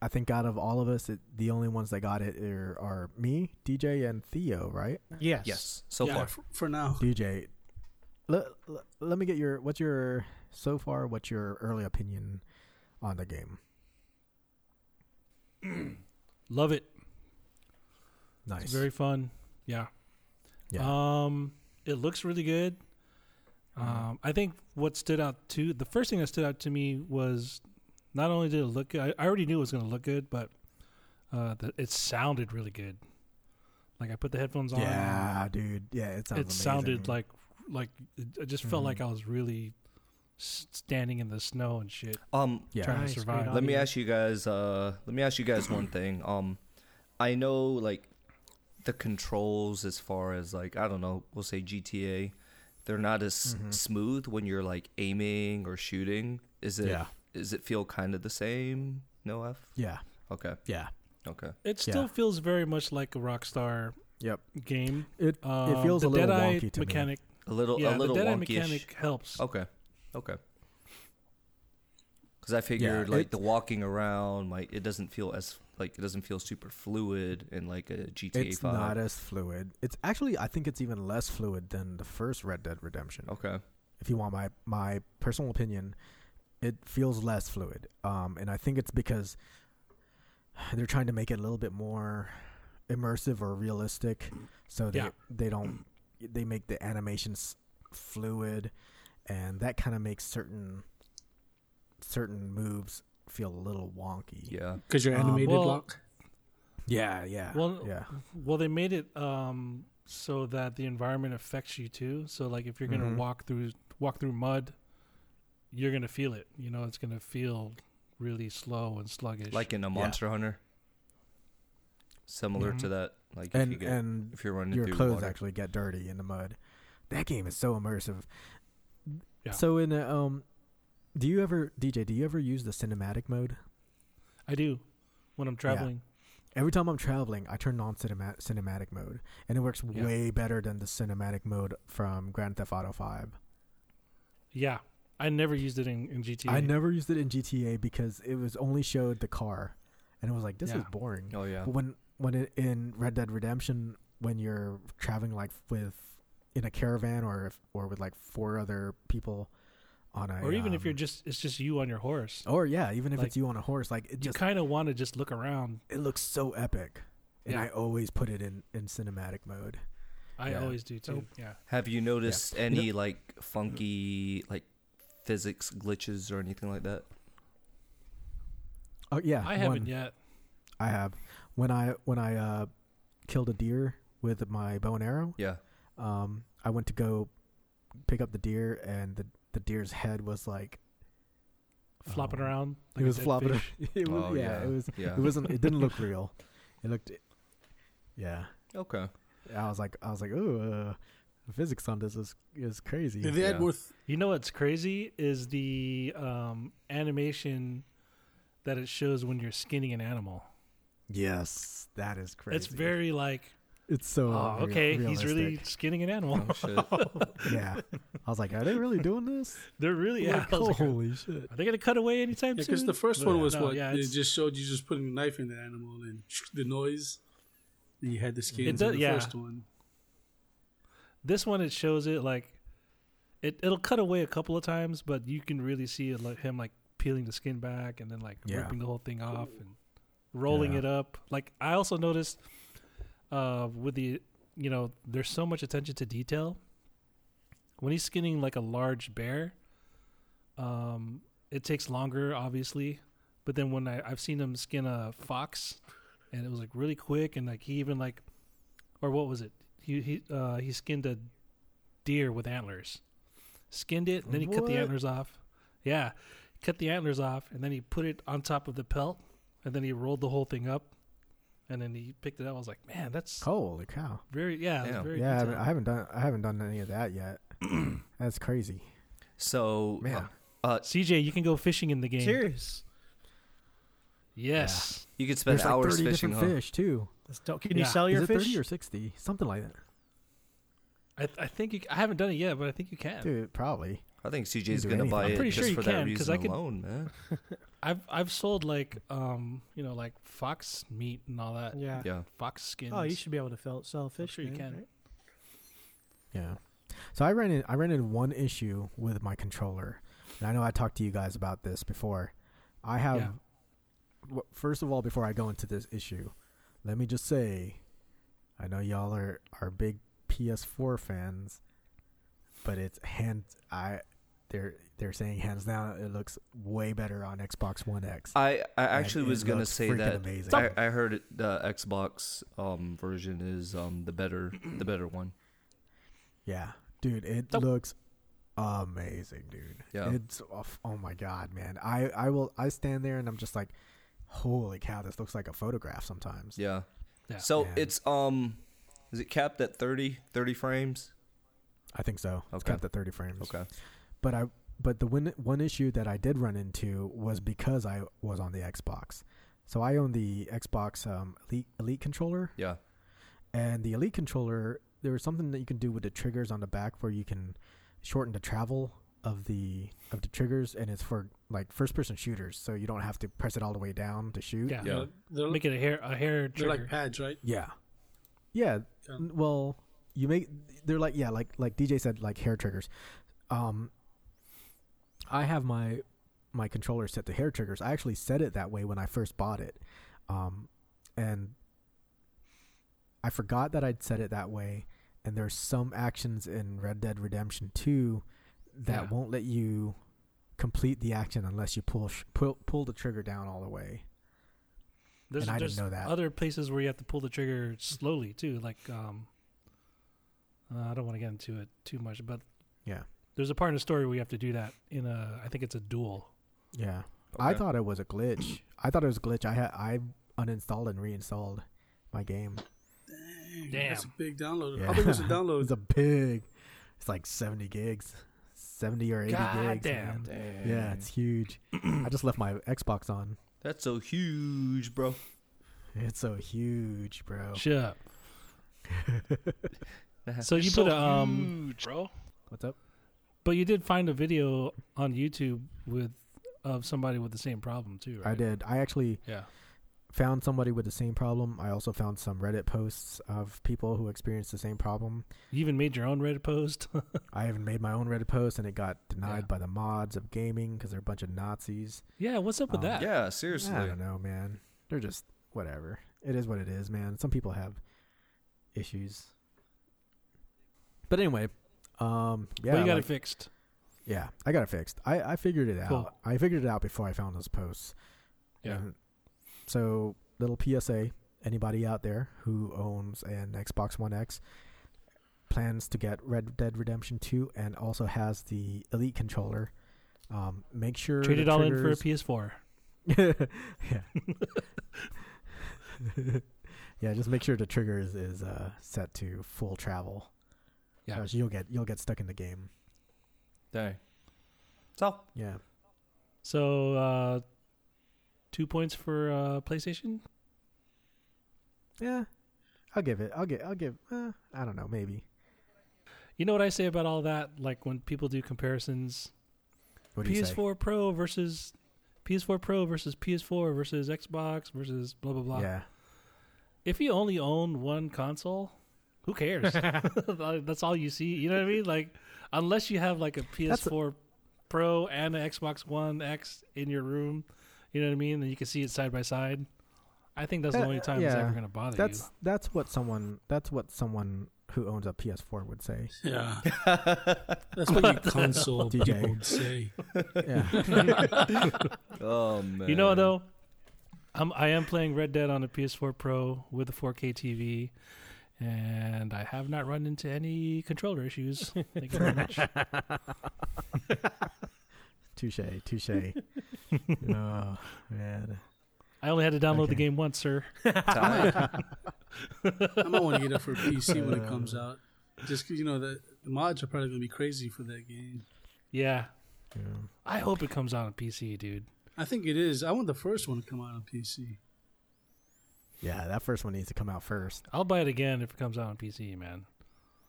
S5: I think out of all of us, it, the only ones that got it are, are me, DJ, and Theo. Right,
S6: yes.
S2: yes. So
S4: yeah,
S2: far,
S4: f- for now.
S5: DJ. Let, let, let me get your what's your so far what's your early opinion on the game?
S3: Love it.
S5: Nice.
S3: It's very fun. Yeah.
S5: yeah. Mm-hmm.
S3: Um, it looks really good. Um, I think what stood out to the first thing that stood out to me was not only did it look good, I, I already knew it was going to look good, but uh, the, it sounded really good. Like I put the headphones on.
S5: yeah, dude. Yeah, it sounds.
S3: it sounded
S5: amazing. Mm-hmm.
S3: like like I just felt like I was really s- standing in the snow and shit
S2: um,
S5: yeah.
S3: trying
S6: Nice,
S3: to
S6: great
S3: survive.
S2: let me ask you guys. Uh, let me ask you guys one thing. Um, I know like the controls as far as like I don't know. We'll say GTA. They're not as smooth when you're like aiming or shooting. Is it?
S5: Yeah.
S2: Does it feel kind of the same? No F.
S5: Yeah,
S2: Okay.
S5: yeah.
S2: Okay.
S3: It still
S5: Yeah.
S3: feels very much like a Rockstar
S5: Yep.
S3: game.
S5: It
S3: Um,
S5: it feels a
S3: the
S5: little
S3: Deadeye
S5: wonky to me.
S3: mechanic,
S2: A little.
S3: Yeah,
S2: a little
S3: the Deadeye
S2: wonky.
S3: mechanic helps.
S2: Okay. Okay. Because I figured like
S5: it-
S2: the walking around, like it doesn't feel as like it doesn't feel super fluid in like a GTA
S5: It's
S2: Five.
S5: not as fluid. It's actually I think it's even less fluid than the first Red Dead Redemption.
S2: okay.
S5: If you want my my personal opinion, it feels less fluid. Um, and I think it's because they're trying to make it a little bit more immersive or realistic, so they
S3: Yeah.
S5: they don't they make the animations fluid, and that kind of makes certain certain moves feel a little wonky.
S2: Yeah.
S4: because you're
S5: Um,
S4: animated
S3: well,
S4: lock.
S5: yeah, yeah,
S3: Well,
S5: yeah.
S3: Well, they made it um, so that the environment affects you too. So like if you're gonna
S5: Mhm.
S3: walk through walk through mud, you're gonna feel it. You know, it's gonna feel really slow and sluggish.
S2: Like in a Monster Hunter. Similar to
S3: Mhm.
S2: that. Like if,
S5: Mm-hmm. And
S2: you get,
S5: and
S2: if you're running
S5: your
S2: through
S5: clothes
S2: water.
S5: actually get dirty in the mud. That game is so immersive.
S3: Yeah.
S5: So in uh, um, do you ever DJ? Do you ever use the cinematic mode?
S3: I do when I'm traveling.
S5: Every time I'm traveling, I turn on cinema- cinematic mode, and it works
S3: Yeah.
S5: way better than the cinematic mode from Grand Theft Auto Five.
S3: Yeah, I never used it in, in GTA.
S5: I never used it in GTA because it was only showed the car, and it was like this is
S3: Yeah.
S5: boring.
S2: Oh, yeah.
S5: But when when it, in Red Dead Redemption, when you're traveling like with in a caravan or if, or with like four other people on a
S3: or even if you're
S5: um,
S3: just it's just you on your horse.
S5: or yeah, even if
S3: like,
S5: it's you on a horse, like it
S3: You
S5: just
S3: kind of want to just look around.
S5: it looks so epic, and
S3: Yeah.
S5: I always put it in in cinematic mode.
S3: I
S5: Yeah.
S3: always do too.
S5: Nope.
S3: Yeah.
S2: Have you noticed any like funky like physics glitches or anything like that?
S5: Oh yeah,
S3: I haven't
S5: one.
S3: yet.
S5: I have. When I when I uh, killed a deer with my bow and arrow,
S2: Yeah.
S5: um, I went to go pick up the deer, and the the deer's head was like
S3: Flopping
S5: Um,
S3: around.
S5: it
S3: like a
S5: was
S3: dead
S5: flopping.
S3: fish.
S5: ar- it was,
S2: Oh,
S5: yeah,
S2: yeah.
S5: it was.
S2: Yeah.
S5: It wasn't. It didn't look real. It looked. Yeah,
S2: okay.
S5: I was like, I was like, oh, uh, the physics on this is is crazy.
S4: If they
S2: Yeah.
S4: had more, th-
S3: You know what's crazy is the um, animation that it shows when you're skinning an animal.
S5: Yes, that is crazy.
S3: It's very like,
S5: It's so.
S3: oh,
S5: re-
S3: okay, he's really
S5: realistic.
S3: skinning an animal.
S2: Oh shit.
S5: yeah, I was like, are they really doing this?
S3: They're really
S5: Like,
S3: yeah. I was like,
S5: holy shit!
S3: Are they gonna cut away anytime soon?
S4: because the first
S3: But
S4: one was
S3: no,
S4: what
S3: Yeah,
S4: it
S3: it's-
S4: just showed you just putting a knife in the animal and the noise. And you had the skin in
S3: does-
S4: the
S3: yeah.
S4: first one.
S3: this one it shows it like, it it'll cut away a couple of times, but you can really see it, like him like peeling the skin back and then like
S5: Yeah.
S3: ripping the whole thing off and rolling
S5: Yeah.
S3: it up. Like I also noticed uh, with the you know there's so much attention to detail when he's skinning like a large bear. Um, it takes longer, obviously, but then when I, I've seen him skin a fox, and it was like really quick, and like he even like, or what was it? He he uh, he skinned a deer with antlers, skinned it, and then he cut the
S5: What?
S3: antlers off. Yeah, cut the antlers off, and then he put it on top of the pelt, and then he rolled the whole thing up, and then he picked it up. I was like, man, that's
S5: Holy cow!
S3: very yeah, that's
S2: Damn.
S3: very
S5: Yeah, I haven't, I haven't
S3: detailed.
S5: done I haven't done any of that yet. That's crazy.
S2: So uh,
S5: Man.
S2: uh,
S3: CJ, you can go fishing in the game.
S6: Serious.
S3: Yes.
S2: you could spend
S5: There's like
S2: hours
S5: thirty
S2: fishing,
S5: different
S2: huh?
S5: fish too.
S6: That's dope. Can
S3: Yeah.
S6: you sell
S5: Is
S6: your
S5: it
S6: fish?
S5: thirty or sixty? Something like that.
S3: I, I think you, c- I haven't done it yet, but I think you can.
S5: Dude, probably.
S2: I think
S5: You
S2: CJ's
S5: can do
S2: gonna
S5: anything.
S2: buy
S5: I'm
S2: it
S3: pretty
S2: just
S3: sure you
S2: for that
S3: can, 'cause
S2: reason
S3: I could-
S2: alone, man.
S3: I've I've sold like um you know like fox meat and all that.
S6: yeah.
S2: Yeah.
S3: Fox skins.
S6: Oh, you should be able to fill, sell fish.
S3: sure you
S6: man,
S3: can.
S6: right?
S5: Yeah. So I ran in, I ran into one issue with my controller, and I know I talked to you guys about this before. I have.
S3: Yeah.
S5: w- First of all, before I go into this issue, let me just say, I know y'all are are big PS4 fans, but it's hand I. They're they're saying hands down it looks way better on Xbox One X.
S2: I, I
S5: And
S2: actually
S5: it
S2: was gonna
S5: looks
S2: say
S5: freaking
S2: that
S5: amazing.
S2: I, I heard it, the Xbox um, version is um, the better the better one.
S5: Yeah, dude, it
S3: So-
S5: looks amazing, dude.
S2: Yeah.
S5: It's off- oh my god, man. I I will I stand there and I'm just like, holy cow, this looks like a photograph sometimes.
S2: Yeah.
S3: Yeah.
S2: So
S5: Yeah.
S2: it's um is it capped at 30, 30 frames?
S5: I think so. It's
S2: Okay.
S5: got the 30 frames.
S2: Okay.
S5: But I but the one one issue that I did run into was because I was on the Xbox. So I own the Xbox um, Elite Elite controller,
S2: Yeah.
S5: and the Elite controller there was something that you can do with the triggers on the back where you can shorten the travel of the of the triggers, and it's for like first person shooters, so you don't have to press it all the way down to shoot.
S3: Yeah.
S2: Yeah.
S4: They're,
S3: Make it a hair a hair
S4: they're
S3: trigger.
S4: like pads, right?
S5: Yeah. Yeah.
S4: Yeah.
S5: n- Well, you make they're like yeah, like like DJ said, like hair triggers. Um I have my my controller set to hair triggers. I actually set it that way when I first bought it, um, and I forgot that I'd set it that way. And there's some actions in Red Dead Redemption 2 that
S3: Yeah.
S5: won't let you complete the action unless you pull sh- pull pull the trigger down all the way.
S3: There's,
S5: And I didn't
S3: there's
S5: know that.
S3: other places where you have to pull the trigger slowly too. Like um, uh, I don't want to get into it too much, but
S5: Yeah.
S3: there's a part in the story where you have to do that in a. I think it's a duel.
S5: Yeah. I
S2: Okay.
S5: thought it was a glitch. I thought it was a glitch. I had I uninstalled and reinstalled my game.
S3: Damn.
S4: That's a big download.
S5: Yeah.
S4: How big was the
S5: it's
S4: download?
S5: a big. It's like 70 gigs, 70 or 80
S3: God
S5: gigs.
S3: damn.
S5: man.
S2: Dang.
S5: Yeah, it's huge. I just left my Xbox on.
S2: That's so huge, bro.
S5: It's so huge, bro.
S3: Shut up. so you
S7: It's so
S3: put a um,
S7: huge, bro.
S5: What's up?
S3: but you did find a video on YouTube with of somebody with the same problem too. Right?
S5: I did. I actually
S3: Yeah.
S5: found somebody with the same problem. I also found some Reddit posts of people who experienced the same problem.
S3: You even made your own Reddit post.
S5: I even made my own Reddit post, and it got denied
S3: Yeah.
S5: by the mods of gaming because they're a bunch of Nazis.
S3: yeah. What's up with
S5: Um,
S3: that?
S2: Yeah, seriously.
S5: I don't know, man. They're just whatever. It is what it is, man. Some people have issues. But anyway, um, yeah,
S3: but you got
S5: like-
S3: it fixed.
S5: yeah, I got it fixed. I, I figured it
S3: Cool.
S5: out. I figured it out before I found those posts.
S3: Yeah.
S5: And so, little PSA: anybody out there who owns an Xbox One X plans to get Red Dead Redemption Two and also has the Elite controller, um, make sure
S3: Trade
S5: the
S3: it all in for a
S5: triggers-
S3: PS4.
S5: yeah. yeah, just make sure the trigger is, is uh, set to full travel.
S3: Yeah.
S5: Or else you'll get you'll get stuck in the game.
S2: Dang. So
S5: Yeah.
S3: So uh, two points for uh, PlayStation.
S5: Yeah. I'll give it. I'll give I'll give uh, I don't know, maybe.
S3: You know what I say about all that? Like when people do comparisons,
S5: What do you say?
S3: PS4 Pro versus PS4 Pro versus PS4 versus Xbox versus blah blah blah.
S5: Yeah.
S3: If you only own one console, who cares? That's all you see. You know what I mean? Like unless you have like a
S5: That's a-
S3: PS4 Pro and an Xbox One X in your room, you know what I mean? And you can see it side by side. I think that's the
S5: Uh,
S3: only time it's
S5: yeah.
S3: ever going to bother
S5: That's
S3: you.
S5: that's what someone that's what someone who owns a PS4 would say.
S4: Yeah. That's what you console
S5: DJ.
S4: people would say.
S5: Yeah.
S2: Oh man.
S3: You know though, I'm I am playing Red Dead on a PS4 Pro with a 4K TV, and I have not run into any controller issues. Thank you very much.
S5: touche, touche. oh, man.
S3: I only had to download
S5: Okay.
S3: the game once, sir.
S2: Tight.
S4: I might want to get that for PC when it comes out. Just 'cause, you know the, the mods are probably gonna be crazy for that game.
S3: Yeah,
S5: Yeah.
S3: I hope it comes out on PC, dude.
S4: I think it is. I want the first one to come out on PC.
S5: yeah, that first one needs to come out first.
S3: I'll buy it again if it comes out on PC, man.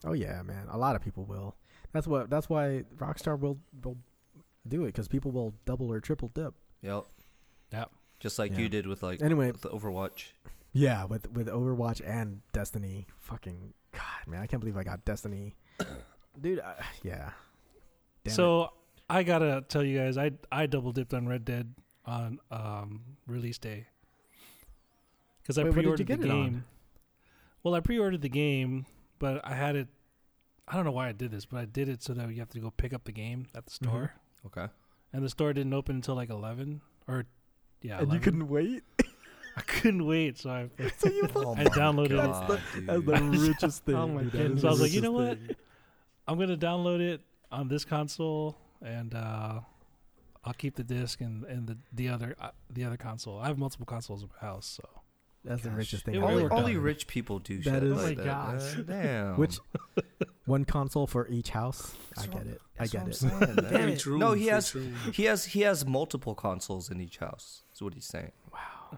S5: Oh yeah, man. A lot of people will. That's what. That's why Rockstar will will do it because people will double or triple dip.
S2: yep.
S3: Yep.
S2: Just like
S5: Yeah.
S2: you did with like
S5: Anyway,
S2: with Overwatch.
S5: yeah, with with Overwatch and Destiny. Fucking God, man, I can't believe I got Destiny, dude. I, yeah. Damn
S3: so I gotta tell you guys, I I double dipped on Red Dead on um, release day because I
S5: Wait, what did you
S3: pre-ordered
S5: get
S3: the
S5: it on?
S3: game. Well, I pre-ordered the game, but I had it. I don't know why I did this, but I did it so that you have to go pick up the game at the
S5: Mm-hmm.
S3: store,
S2: Okay.
S3: and the store didn't open until like eleven or yeah,
S5: it. and you
S3: 11.
S5: couldn't wait.
S3: I couldn't wait, so I
S5: so you.
S2: Oh
S3: I
S2: my
S3: downloaded it.
S2: God,
S5: That's
S2: dude.
S5: the richest thing.
S6: Oh my
S5: dude. That is the
S6: goodness.
S3: So I was like, you know
S5: richest thing.
S3: I'm gonna download it on this console, and uh, I'll keep the disc and, and the the other uh, the other console. I have multiple consoles in my house, so
S5: That's the
S2: Gosh.
S5: richest thing.
S3: It
S5: I've
S3: really
S2: Only,
S5: ever
S3: worked
S2: only
S5: done.
S2: rich people do
S5: That
S2: shit
S5: is-
S2: like
S6: Oh my
S2: that.
S6: gosh.
S2: man. Damn.
S5: Which one console for each house? I
S2: That's
S5: get
S2: what-
S5: it. I
S2: That's
S5: get
S2: what
S5: it.
S2: I'm saying, man.
S4: For each room,
S2: No, he
S4: for
S2: has-
S4: each room.
S2: He has he has multiple consoles in each house. Is what he's saying.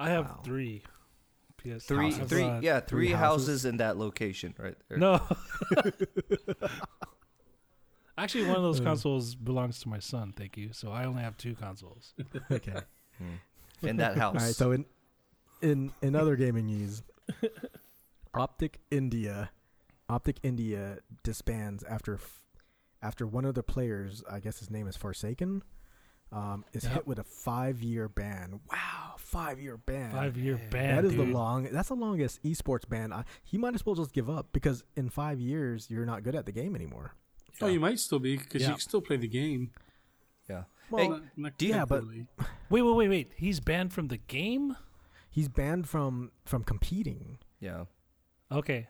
S3: I have
S5: Wow.
S3: three PS
S2: Three,
S5: Houses.
S2: three,
S3: Uh,
S2: yeah, three,
S5: three
S2: houses.
S5: houses.
S2: in that location, right there.
S3: No. Actually, one of those consoles belongs to my son. Thank you. So I only have two consoles.
S5: okay.
S2: Hmm. in that house.
S5: All right, so in in in other gaming news, Optic India, Optic India disbands after f- after one of the players, I guess his name is Forsaken, um, is
S3: Yep.
S5: hit with a five-year ban. Wow, five-year ban.
S3: Five year ban.
S5: That is the
S3: dude.
S5: long. That's the longest esports ban. I, he might as well just give up because in five years you're not good at the game anymore.
S4: Oh, you might still be because
S3: Yeah.
S4: you can still play the game.
S2: Yeah.
S5: Well, uh,
S2: hey,
S4: Not- not
S2: do you-
S5: yeah, but-
S4: technically.
S3: Wait, wait, wait, wait. He's banned from the game.
S5: He's banned from from competing.
S2: yeah.
S3: Okay.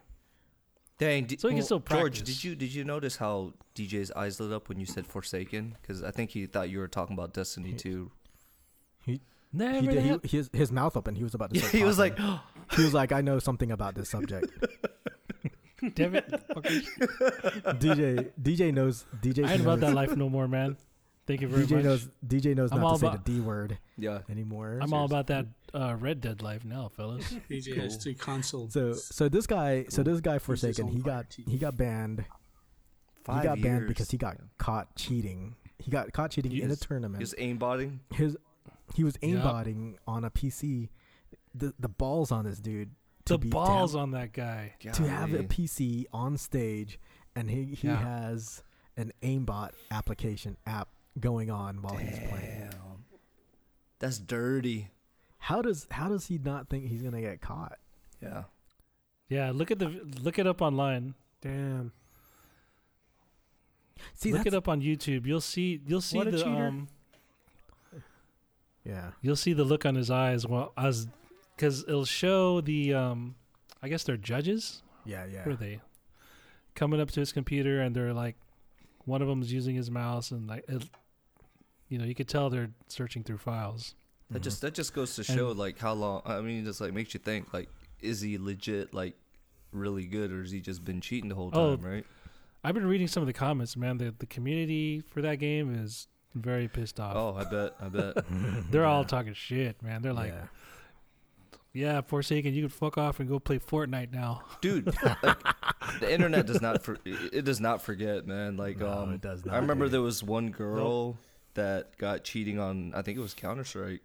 S2: Dang. Di-
S3: So he can still
S2: George,
S3: practice.
S2: did you did you notice how DJ's eyes lit up when you said Forsaken? Because I think he thought you were talking about Destiny 2.
S3: Never.
S5: He did.
S3: that-
S5: He, his his mouth open. He was about to.
S2: Yeah,
S5: start
S2: he was like,
S5: talking. he was like, I know something about this subject.
S3: Damn it. fuckers.
S5: DJ DJ knows DJ
S3: I ain't about that life no more, man. Thank you very
S5: DJ
S3: much.
S5: knows DJ knows
S3: I'm
S5: not
S3: all
S5: to say the
S3: about-
S5: D word
S2: yeah.
S5: anymore.
S3: I'm all about that uh, Red Dead life now, fellas.
S4: DJ has three consoles.
S5: so so this guy so this guy
S4: his
S5: Forsaken
S4: own
S5: he
S4: fire
S5: got
S4: team.
S5: he got banned.
S2: Five
S5: he got
S2: years.
S5: banned because he got caught cheating. He got caught cheating in a
S2: Yes.
S5: tournament.
S2: He was aimbotting.
S5: his he was
S3: Yeah.
S5: aimbotting on a PC. The the balls on this dude. To
S3: the
S5: be
S3: balls
S5: down-
S3: on that guy.
S5: to have a
S2: Golly.
S5: PC on stage, and he he
S3: Yeah.
S5: has an aimbot application app going on while he's playing.
S2: Damn. That's dirty.
S5: How does how does he not think he's gonna get caught?
S2: Yeah.
S3: Yeah, look at the look it up online.
S6: Damn.
S5: See,
S3: look
S5: that's,
S3: it up on YouTube. You'll see you'll see
S6: What a
S3: the
S6: cheater.
S3: um
S5: yeah,
S3: you'll see the look on his eyes well as cuz it'll show the um I guess they're judges,
S5: yeah, yeah.
S3: Who are they? Coming up to his computer and they're like one of them's using his mouse and like it, you know, you could tell they're searching through files.
S2: That just that just goes to show like how long. I mean, just like makes you think like, is he legit like really good or has he just been cheating the whole time?
S3: Oh.
S2: right?
S3: I've been reading some of the comments, man. The the community for that game is very pissed off.
S2: Oh, I bet. I bet.
S3: they're all talking shit, man. They're like,
S5: Yeah.
S3: Yeah, Forsaken, you can fuck off and go play Fortnite now.
S2: dude like, the internet does not for, it does not forget man like
S5: No,
S2: um
S5: it does not,
S2: i remember
S5: dude.
S2: there was one girl that got cheating on i think it was counter-strike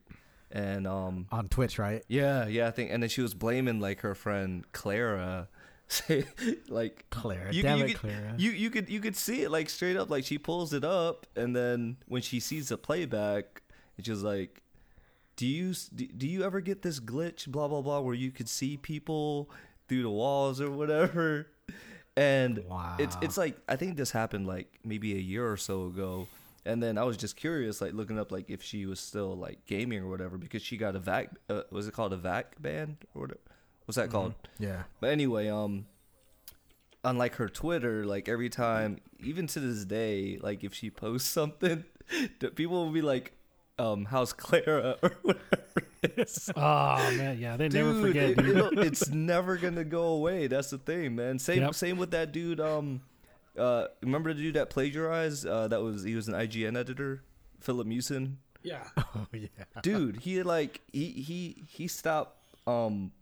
S2: and um
S5: on Twitch, right?
S2: yeah yeah i think and then she was blaming like her friend clara say like
S5: Clara,
S2: you,
S5: damn
S2: you
S5: it,
S2: could,
S5: Clara.
S2: You you could you could see it like straight up like she pulls it up and then when she sees the playback it's just like do you s- do, do you ever get this glitch blah blah blah where you could see people through the walls or whatever and it's
S5: Wow.
S2: it's like I think this happened like maybe a year or so ago and then I was just curious like looking up like if she was still like gaming or whatever because she got a vac uh, was it called a vac ban or what what's
S5: Mm-hmm.
S2: that called
S5: yeah,
S2: but anyway, um, unlike her Twitter, like every time, even to this day, like if she posts something, the people will be like, um, "How's Clara?" or whatever. It's,
S3: Oh man, yeah, they never
S2: Dude,
S3: forget.
S2: it-
S3: dude.
S2: it'll- it's never gonna go away. That's the thing, man. Same
S3: Yep.
S2: same with that dude. Um, uh, remember the dude that plagiarized? Uh, that was he was an IGN editor, Philip Mewson
S4: yeah,
S5: Oh,
S2: dude he like he he he stopped um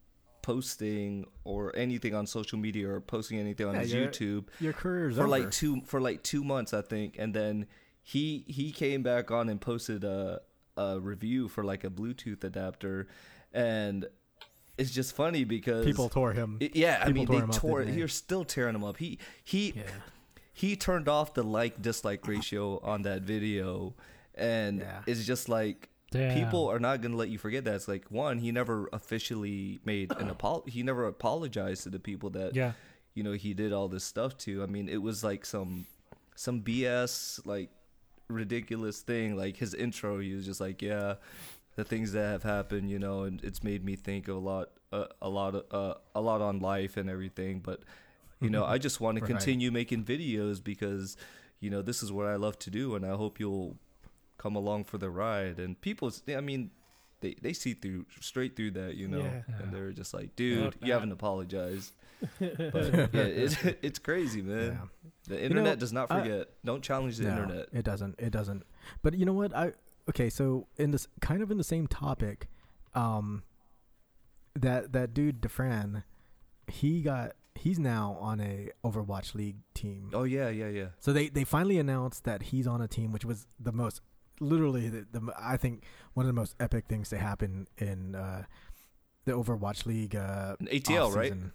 S2: posting or anything on social media or posting anything on
S5: Yeah,
S2: his
S5: you're-
S2: youtube
S5: your career's
S2: for
S5: over.
S2: like two for like two months i think and then he he came back on and posted a a review for like a bluetooth adapter and it's just funny because
S5: people tore him.
S2: it- yeah, I
S5: People
S2: mean
S5: tore
S2: they
S5: him up,
S2: tore.
S5: didn't they?
S2: You're still tearing him up. He he he turned off the like dislike ratio on that video, and
S5: Yeah.
S2: it's just like
S3: Damn.
S2: people are not gonna let you forget that. It's like one, he never officially made an apol. He never apologized to the people that
S3: Yeah.
S2: you know he did all this stuff to. I mean, it was like some some BS like ridiculous thing. Like his intro, he was just like, yeah, the things that have happened, you know, and it's made me think of a lot, uh, a lot, of, uh, a lot on life and everything. But you know, I just want to continue making videos because you know this is what I love to do, and I hope you'll come along for the ride. And people, I mean. They, they see through straight through that you know
S6: Yeah.
S2: and they're just like dude
S3: Fuck
S2: you haven't apologized but yeah it's, it's crazy man
S5: Yeah.
S2: the internet
S5: know,
S2: does not
S5: I-
S2: forget. Don't challenge the internet.
S5: It doesn't. It doesn't. But you know what? I okay. So in this kind of in the same topic, um, that that dude Defran, he got he's now on a Overwatch League team.
S2: Oh yeah, yeah, yeah.
S5: So they they finally announced that he's on a team, which was the most literally the, the I think one of the most epic things to happen in uh, the Overwatch League. Uh,
S2: An ATL, right?
S5: offseason.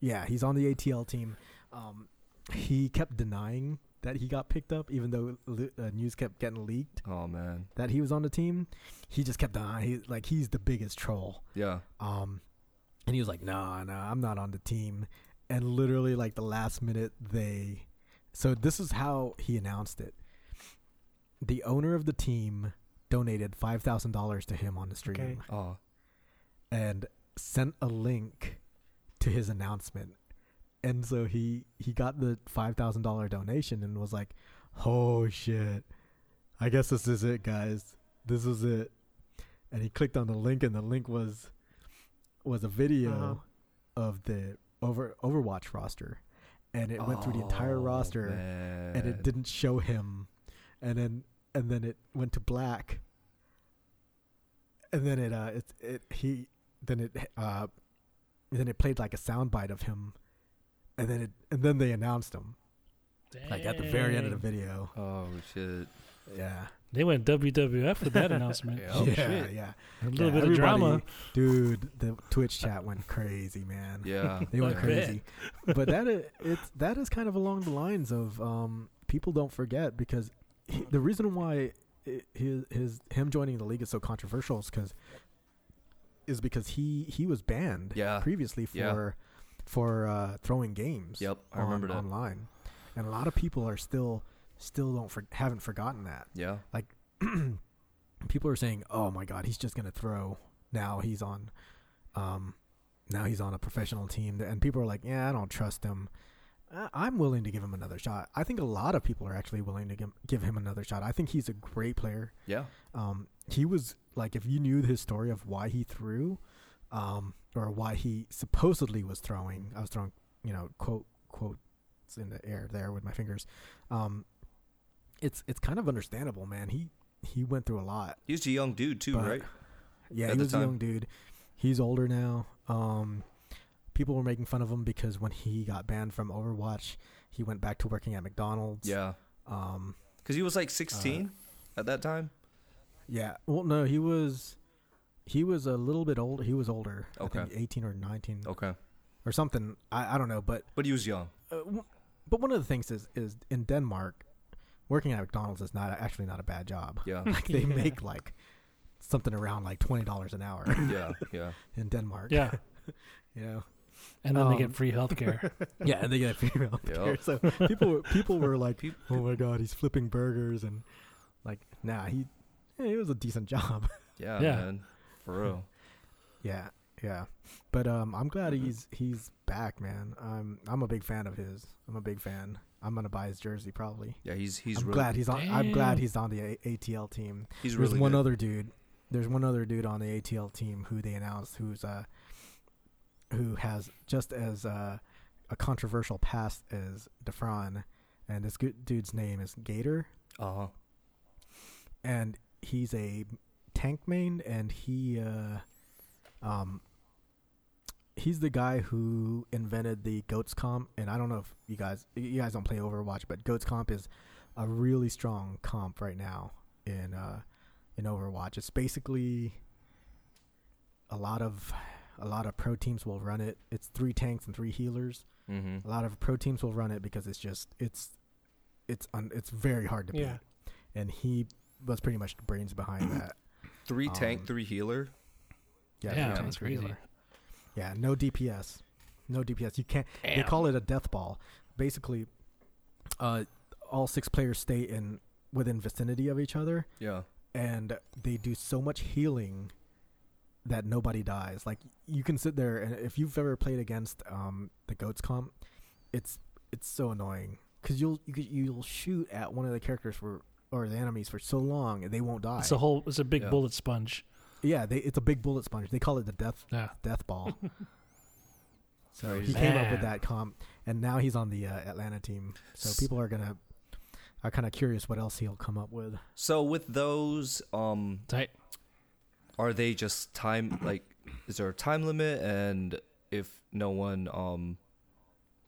S5: Yeah, he's on the ATL team. Um, he kept denying that he got picked up, even though le- uh, news kept getting leaked
S2: Oh man.
S5: that he was on the team, he just kept on. He, like he's the biggest troll.
S2: Yeah.
S5: Um, and he was like, "Nah, nah, I'm not on the team." And literally, like the last minute, they. So this is how he announced it. The owner of the team donated five thousand dollars to him on the stream
S6: Okay.
S2: Oh.
S5: and sent a link to his announcement. And so he he got the five thousand dollar donation and was like, "Oh shit, I guess this is it, guys. This is it." And he clicked on the link, and the link was was a video
S6: Uh-huh.
S5: of the over Overwatch roster, and it went through the entire
S2: Oh,
S5: roster and
S2: man.
S5: it didn't show him and then and then it went to black and then it uh it, it he then it uh then it played like a soundbite of him and then it and then they announced him like at the very end of the
S3: Dang.
S5: video
S2: Oh shit.
S5: yeah
S3: They went WWF with that announcement.
S2: Yeah. Oh,
S5: yeah
S3: shit.
S5: yeah
S3: A little
S5: Yeah,
S3: bit of drama.
S5: everybody- dude the twitch chat went crazy man
S2: Yeah.
S5: they went
S2: yeah.
S5: crazy but that is it's that is kind of along the lines of um people don't forget because he, the reason why i- his his him joining the league is so controversial is because is because he he was banned
S2: Yeah.
S5: previously for
S2: Yeah.
S5: for uh throwing games
S2: Yep. I
S5: on-
S2: remember that.
S5: online and a lot of people are still still don't for, haven't forgotten that
S2: Yeah.
S5: people are saying, "Oh my God, he's just gonna throw." Now he's on, um, now he's on a professional team, and people are like, "Yeah, I don't trust him." I- I'm willing to give him another shot. I think a lot of people are actually willing to give, give him another shot. I think he's a great player.
S2: Yeah.
S5: Um, he was like, if you knew his story of why he threw, um, or why he supposedly was throwing, I was throwing, you know, quote quotes in the air there with my fingers. Um, it's it's kind of understandable, man. He he went through a lot.
S2: He's a young dude too,
S5: But-
S2: right?
S5: Yeah,
S2: at
S5: he
S2: the
S5: was
S2: time.
S5: a young dude. He's older now. Um, people were making fun of him because when he got banned from Overwatch, he went back to working at McDonald's.
S2: Yeah.
S5: Um,
S2: Because he was like
S5: Uh,
S2: 16 at that time.
S5: yeah. Well, no, he was. He was a little bit old. He was older.
S2: Okay. Oh.
S5: I think 18 or 19
S2: Okay.
S5: or something. I, I don't know, but
S2: But he was young.
S5: uh, w- but one of the things is is in Denmark, working at McDonald's is not actually not a bad job.
S2: Yeah.
S5: Like they make like something around like twenty dollars an hour
S2: yeah. Yeah.
S5: in Denmark.
S3: Yeah.
S5: You know.
S3: And then they
S5: Um,
S3: get free healthcare.
S5: Yeah, and they get female
S2: Yeah.
S5: care. So people were, people were like,
S2: Peop-
S5: "Oh my god, he's flipping burgers," and like, "Nah, he yeah, it was a decent job."
S2: Yeah,
S3: Yeah.
S2: man. For real.
S5: yeah, yeah. But um, I'm glad
S2: Mm-hmm.
S5: he's he's back, man. I'm I'm a big fan of his. I'm a big fan. I'm gonna buy his jersey probably.
S2: Yeah, he's he's
S5: I'm
S2: really
S5: glad he's on. I'm glad
S3: Damn.
S5: he's on the a- ATL team.
S2: he's
S5: There's
S2: really
S5: one
S2: good.
S5: other dude. There's one other dude on the ATL team who they announced who's uh who has just as uh, a controversial past as Defron, and this good dude's name is Gator,
S2: Uh-huh.
S5: and he's a tank main, and he uh um he's the guy who invented the goats comp, and I don't know if you guys you guys don't play Overwatch, but goats comp is a really strong comp right now in uh in Overwatch. It's basically a lot of a lot of pro teams will run it. It's three tanks and three healers.
S2: Mm-hmm.
S5: A lot of pro teams will run it because it's just it's it's un, it's very hard to beat.
S6: Yeah.
S5: And he was pretty much the brains behind that.
S2: Three tank,
S5: Um,
S2: three healer.
S5: Yeah,
S3: Damn,
S5: three
S3: that's
S5: tanks, three
S3: crazy.
S5: healer. Yeah, no DPS, no DPS. You can't. They call it a death ball. Basically, uh, all six players stay in within vicinity of each other,
S2: Yeah.
S5: and they do so much healing that nobody dies. Like you can sit there, and if you've ever played against um, the goats comp, it's it's so annoying because you'll you, could- you'll shoot at one of the characters for or the enemies for so long and they won't die.
S3: It's a whole. It's a big
S2: Yeah.
S3: bullet sponge.
S5: yeah, they, it's a big bullet sponge. They call it the death
S3: Yeah.
S5: death ball. so he
S2: Crazy.
S5: came up with
S3: Man.
S5: that comp, and now he's on the uh, Atlanta team. So
S2: S-
S5: people are gonna are kind of curious what else he'll come up with.
S2: So with those, um,
S3: Tight.
S2: are they just time like is there a time limit and if no one um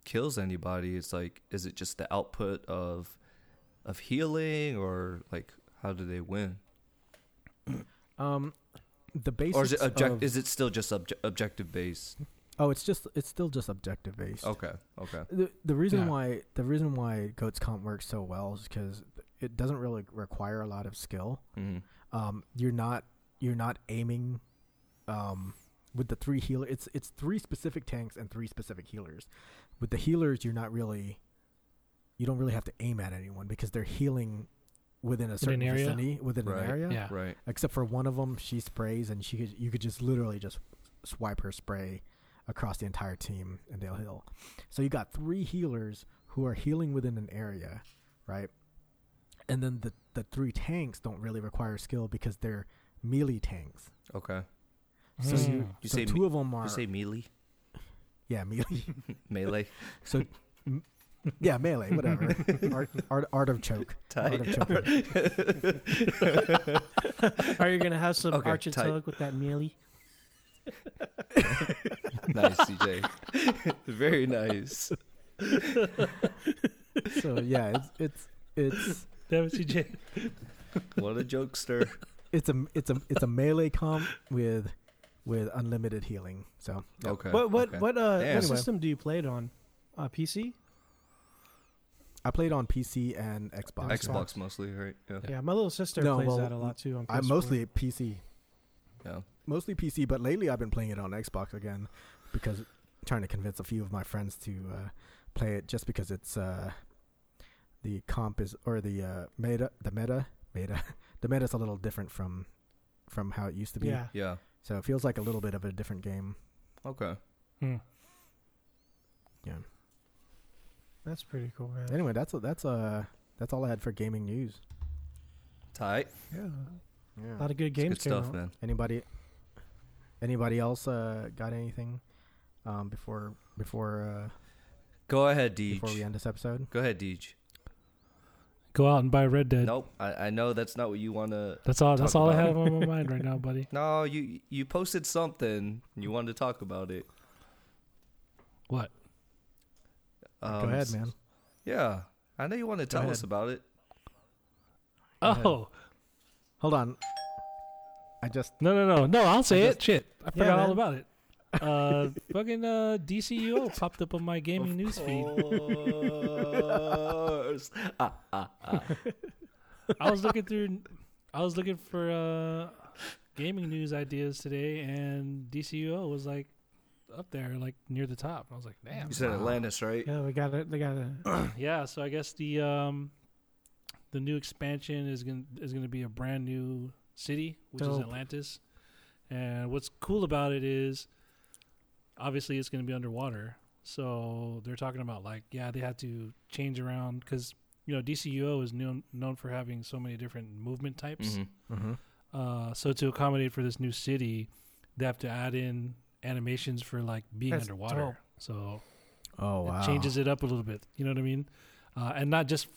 S2: kills anybody, it's like is it just the output of of healing or like how do they win?
S5: Um, the basics
S2: Or is it object
S5: of-
S2: is it still just obje- objective based?
S5: Oh, it's just it's still just objective based.
S2: Okay. Okay.
S5: The the reason
S6: Yeah.
S5: why the reason why goats comp works so well is because it doesn't really require a lot of skill.
S2: hmm
S5: Um, you're not you're not aiming, um, with the three healer. It's it's three specific tanks and three specific healers. With the healers, you're not really, you don't really have to aim at anyone because they're healing within a certain
S3: area?
S5: vicinity within
S2: Right.
S5: an area.
S3: Yeah.
S2: Right.
S5: Except for one of them, she sprays and she could, you could just literally just swipe her spray across the entire team and they'll heal. So you got three healers who are healing within an area, right? And then the the three tanks don't really require skill because they're melee tanks.
S2: Okay.
S5: So
S3: Hmm.
S5: you,
S2: You
S5: so
S2: say
S5: two
S2: me-
S5: of them are
S2: You say melee,
S5: yeah melee.
S2: melee.
S5: So m- yeah, melee, whatever. art, art, art of choke. Art of choke.
S6: Are you gonna have some
S2: Okay,
S6: archer
S2: tight.
S6: tug with that mealy?
S2: nice, CJ. Very nice.
S5: So yeah, it's it's it's
S3: Damn it, CJ.
S2: What a jokester.
S5: it's a it's a it's a melee comp with with unlimited healing. So yeah.
S2: Okay.
S6: What what
S2: okay.
S6: what
S2: Damn.
S6: uh what
S5: Anyway.
S6: system do you play it on? Uh, PC?
S5: I played on PC and Xbox.
S2: Xbox mostly, right? Yeah.
S6: Yeah, my little sister
S5: No,
S6: plays
S5: well,
S6: that a lot too. On
S5: I
S6: PS4.
S5: mostly PC.
S2: Yeah.
S5: Mostly PC, but lately I've been playing it on Xbox again because trying to convince a few of my friends to uh, play it just because it's uh, the comp is or the uh, meta the meta meta the meta's a little different from from how it used to be.
S6: yeah.
S2: Yeah.
S5: So it feels like a little bit of a different game.
S2: Okay.
S6: That's pretty cool, man.
S5: Anyway, that's that's uh that's all I had for gaming news.
S2: Tight.
S5: Yeah.
S6: A lot of
S2: It's
S6: good games
S2: good
S6: came
S2: stuff,
S6: out.
S2: man.
S5: Anybody anybody else uh, got anything um, before before uh,
S2: Go ahead, Deej.
S5: before we end this episode?
S2: Go ahead, Deej.
S3: Go out and buy Red Dead.
S2: Nope. I, I know that's not what you want to.
S3: That's all. That's
S2: Talk
S3: all I
S2: about it.
S3: have on my mind right now, buddy.
S2: No, you you posted something. You wanted to talk about it.
S3: What?
S2: Um,
S5: Go ahead, man.
S2: Yeah. I know you want to tell
S5: ahead.
S2: us about it.
S5: ahead.
S3: Oh
S5: Hold on. I just
S3: no no no no! I'll say
S5: I
S3: it. Shit, I forgot
S6: man.
S3: all about it. Uh, fucking uh, DCUO popped up on my gaming news feed.
S2: Course. ah, ah, ah.
S3: I was looking through. I was looking for uh, gaming news ideas today, and DCUO was like up there, like near the top. I was like, damn.
S2: You said Atlantis, right?
S6: Yeah, we got it. They got it.
S3: Yeah. So I guess the um, the new expansion is gonna is gonna be a brand new city, which is
S6: Dope.
S3: Atlantis. And what's cool about it is, obviously, it's gonna be underwater. So they're talking about like, yeah, they had to change around because you know DCUO is known known for having so many different movement types.
S2: Mhm.
S5: mm-hmm.
S3: Uh, so to accommodate for this new city, they have to add in animations for like being
S6: That's
S3: underwater.
S6: dope.
S3: So
S5: Oh wow.
S3: it changes it up a little bit. You know what I mean? Uh, and not just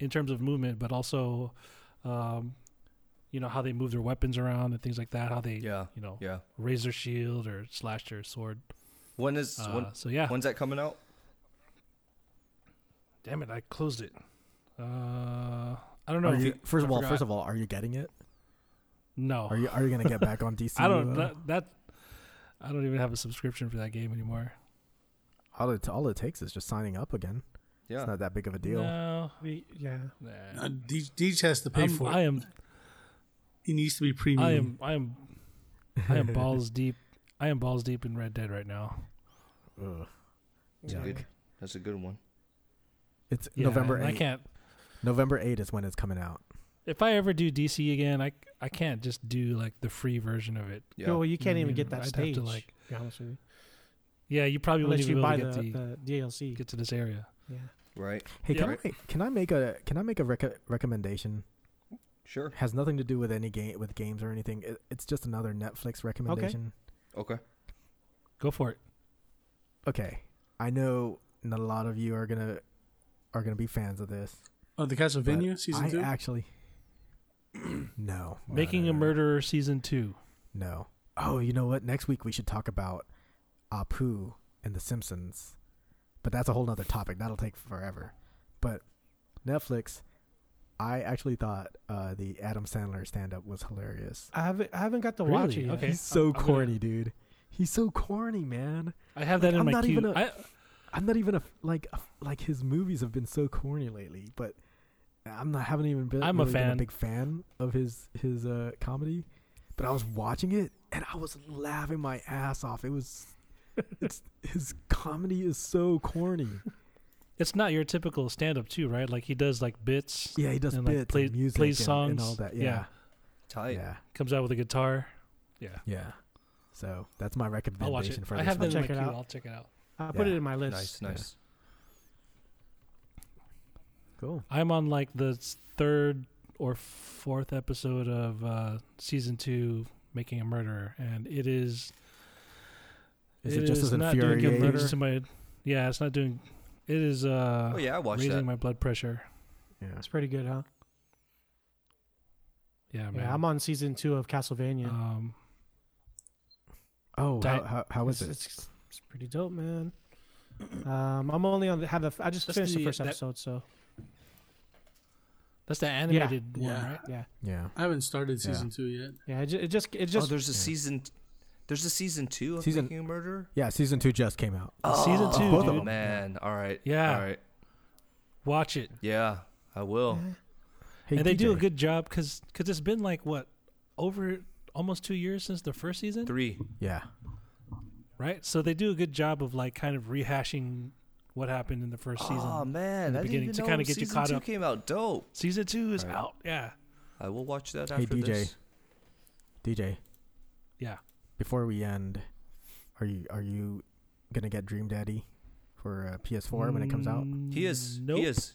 S3: in terms of movement, but also, um, you know, how they move their weapons around and things like that. How they,
S2: Yeah.
S3: you know,
S2: Yeah.
S3: raise their shield or slash their sword.
S2: When is
S3: Uh,
S2: when,
S3: so yeah.
S2: when's that coming out?
S3: Damn it, I closed it. Uh, I don't know.
S5: Are
S3: if
S5: you,
S3: it-
S5: first
S3: I
S5: of all,
S3: forgot.
S5: first of all, are you getting it?
S3: no,
S5: Are you uh, are you gonna get back on DC?
S3: I don't that, that. I don't even have a subscription for that game anymore.
S5: all it all it takes is just signing up again.
S2: Yeah.
S5: It's not that big of a deal.
S3: No,
S6: We, yeah.
S3: nah.
S4: Uh, Deej Deej has to pay
S3: I'm-
S4: for it.
S3: I am
S4: he needs to be premium.
S3: I am I am I am balls deep. I am balls deep in Red Dead right now.
S5: Ugh.
S2: That's,
S5: Yeah.
S2: A good, that's a good one.
S5: It's
S3: Yeah,
S5: November
S3: and I
S5: eighth.
S3: can't.
S5: November eight is when it's coming out.
S3: If I ever do DC again, I I can't just do like the free version of it.
S2: Yeah.
S6: Well, you can't even
S3: Yeah,
S6: get that
S3: I'd have to,
S6: stage.
S3: like-
S6: to be honest with you.
S3: Yeah, you probably
S6: Unless
S3: wouldn't
S6: you
S3: even be
S6: buy
S3: able
S6: the,
S3: to get the,
S6: the DLC.
S3: get to this area.
S6: yeah.
S2: Right.
S5: Hey, can
S2: Yeah.
S5: I can I make a can I make a rec- recommendation?
S2: Sure.
S5: Has nothing to do with any game with games or anything. It, it's just another Netflix recommendation.
S2: Okay.
S3: Go for it.
S5: Okay. I know not a lot of you are gonna are gonna be fans of this.
S4: Oh, the
S5: but
S4: Castlevania season
S5: I
S4: two.
S5: actually. No. no,
S3: Making
S5: no,
S3: a
S5: no, no.
S3: Murderer season two.
S5: No. Oh, you know what? Next week we should talk about Apu and The Simpsons, but that's a whole nother topic. That'll take forever. But Netflix, I actually thought uh, the Adam Sandler stand up was hilarious.
S6: I haven't I haven't got to watch it.
S3: Really?
S6: Yet.
S3: Okay.
S5: He's so
S3: I'm- I'm gonna-
S5: corny, dude. He's so corny, man.
S3: I have that
S5: Like,
S3: in
S5: I'm
S3: my
S5: not
S3: queue.
S5: even a-
S3: I-
S5: I'm not even a f- like a f- like his movies have been so corny lately, but I'm not haven't even been.
S3: I'm a
S5: really been
S3: fan.
S5: big fan of his his uh, comedy, but I was watching it and I was laughing my ass off. It was, it's his comedy is so corny.
S3: it's not your typical stand-up too, right? Like he does like bits,
S5: Yeah, he does
S3: And, like,
S5: bits
S3: play-
S5: and music
S3: plays
S5: and, and
S3: songs.
S5: all that. Yeah,
S3: Yeah.
S5: yeah,
S2: Tight.
S5: yeah.
S3: comes out with a guitar.
S5: So that's my recommendation
S3: I'll watch it.
S5: for
S3: I
S5: this
S3: have
S5: one.
S3: that in my
S6: Check it
S3: queue.
S6: out.
S3: I'll check it out.
S6: I put
S5: Yeah.
S6: it in my
S2: Nice,
S6: list.
S5: yeah.
S2: nice.
S5: Cool.
S3: I'm on like the s- third or fourth episode of uh, season two, Making a Murderer, and it is.
S5: Is it just as
S3: not doing good
S5: infuriating?
S3: murders to my? Yeah, it's not doing. It is uh,
S2: Oh yeah, I watched
S3: raising
S2: that.
S3: my blood pressure.
S5: Yeah.
S6: It's pretty good, huh?
S3: Yeah, man.
S6: Yeah, I'm on season two of Castlevania.
S3: um,
S5: Oh,
S3: Di-
S5: how, how, how was
S6: it's,
S5: it?
S6: It's, it's pretty dope, man. Um, I'm only on the have the I just
S3: That's
S6: finished the,
S3: the-
S6: first
S3: that-
S6: episode, so
S3: that's the animated one,
S4: Yeah.
S3: right?
S6: yeah,
S5: yeah.
S4: I haven't started
S5: Yeah.
S4: season two yet.
S6: yeah. It, ju- it just it
S2: oh,
S6: just
S2: there's a
S5: yeah.
S2: season. There's a season two of
S5: Season-
S2: Making a Murderer. Oh,
S5: Yeah, season two just came out.
S3: Season two,
S5: Oh. both of
S3: dude.
S5: them.
S2: man. All right.
S3: Yeah.
S2: All right.
S3: Watch it,
S2: Yeah, I will.
S5: Hey,
S3: and they do a
S5: TJ,
S3: good job because because it's been like what over almost two years since the first season,
S2: Three.
S5: Yeah,
S3: right? So they do a good job of like kind of rehashing what happened in the first season.
S2: Oh man,
S3: the
S2: I didn't
S3: beginning
S2: even
S3: to
S2: know
S3: kinda get you
S2: season
S3: caught
S2: two
S3: up.
S2: came out. Dope.
S3: Season two is
S2: Alright.
S3: out. Yeah.
S2: I will watch that
S5: Hey,
S2: after
S5: DJ.
S2: this.
S5: DJ.
S3: Yeah.
S5: Before we end, are you are you gonna get Dream Daddy for uh, PS4 when it comes out?
S2: He is.
S3: Mm, Nope.
S2: He is.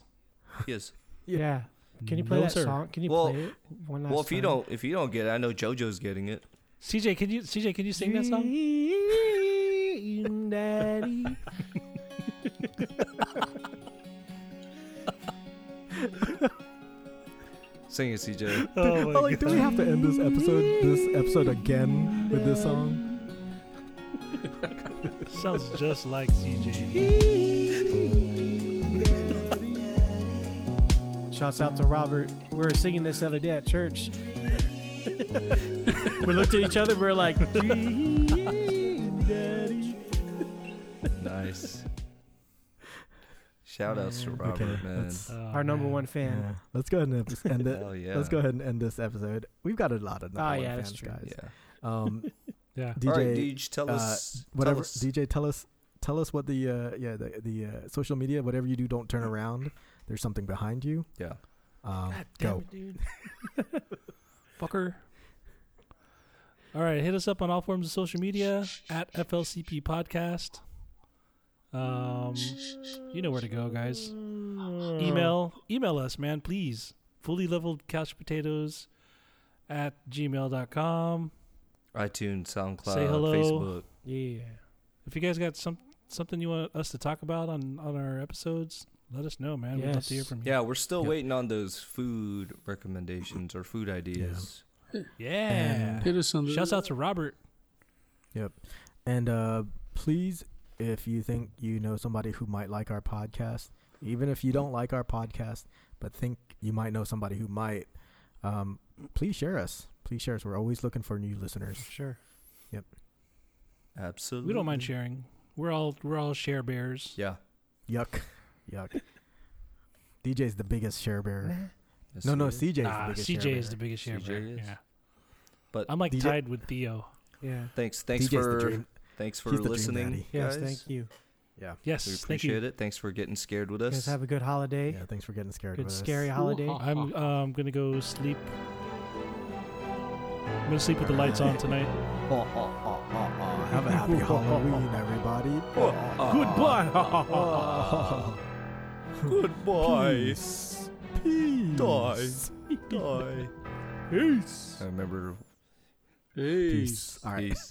S2: He is.
S6: yeah. Can you play
S3: No,
S6: that
S3: sir.
S6: song? Can you
S2: Well-
S6: play it one last
S2: well, if you
S6: time?
S2: don't, if you don't get it, I know JoJo's getting it.
S3: CJ, can you CJ, can you sing that song?
S6: Dream Daddy.
S2: Sing it, CJ.
S3: Oh my
S5: Oh, like, do we have to end this episode this episode again with this song?
S3: God. Sounds just like CJ.
S6: Shouts out to Robert. We were singing this the other day at church. we looked at each other. We were like, "Dream Daddy."
S2: nice. Shout outs to Robert,
S5: Okay,
S2: man.
S5: let's,
S3: Oh,
S6: Our number
S3: man.
S6: one fan.
S5: yeah, let's go ahead and ep- end it.
S2: Hell yeah.
S5: Let's go ahead and end this episode. We've got a lot of
S6: Oh,
S5: number one
S6: yeah, that's
S5: fans,
S6: true.
S5: guys.
S2: Yeah.
S5: Um,
S3: Yeah.
S5: DJ,
S2: All right, Deej, tell
S5: uh,
S2: us
S5: whatever.
S2: Tell us.
S5: DJ, tell us, tell us what the uh, yeah the the uh, social media, whatever you do, don't turn around. There's something behind you.
S2: Yeah.
S5: Um,
S3: God damn
S5: go.
S3: it, dude. Fucker. All right, hit us up on all forms of social media at FLCP Podcast. Um, you know where to go, guys.
S6: Mm.
S3: Email email us, man, please. Fully leveled couch potatoes at gmail.com.
S2: iTunes, SoundCloud,
S3: Say hello.
S2: Facebook.
S6: Yeah.
S3: If you guys got some something you want us to talk about on on our episodes, let us know, man. We'd love to hear
S6: Yes.
S3: from you.
S2: Yeah, we're still
S5: Yep.
S2: waiting on those food recommendations or food ideas.
S3: Yeah.
S4: Hit us on the.
S3: Shouts out to Robert.
S5: And uh, please, if you think you know somebody who might like our podcast, even if you don't like our podcast, but think you might know somebody who might, um, please share us. Please share us. We're always looking for new listeners.
S6: Sure.
S2: Absolutely.
S3: We don't mind sharing. We're all we're all share bears.
S2: Yeah.
S5: Yuck. Yuck. DJ's the biggest share bearer.
S2: Yes,
S5: No, no,
S2: it is.
S5: CJ's
S3: Nah,
S5: the biggest
S3: CJ
S5: share
S3: is the
S5: bearer.
S3: biggest share
S2: CJ
S3: bear.
S2: is.
S3: Yeah.
S2: But
S3: I'm like
S5: DJ
S3: tied with Theo.
S6: Yeah.
S2: thanks, thanks
S5: DJ's the
S2: for
S5: dream-
S2: thanks for
S5: he's the dream
S2: listening,
S5: daddy.
S6: Yes.
S2: guys.
S6: Thank you.
S5: Yeah.
S3: Yes,
S2: We
S3: thank you.
S2: appreciate it. Thanks for getting scared with
S6: You
S2: us.
S6: guys have a good holiday.
S5: Yeah. Thanks for getting scared.
S6: Good
S5: with
S6: scary
S5: Us.
S6: holiday.
S3: I'm um, gonna go sleep. I'm gonna sleep with the lights on tonight.
S5: Oh, oh, oh, oh, oh. Have a happy Halloween, everybody.
S2: Ah.
S6: Goodbye.
S2: Goodbye.
S5: Peace. Peace.
S2: Die.
S6: Peace.
S2: I remember.
S4: Peace.
S5: Peace. All right.
S2: Peace.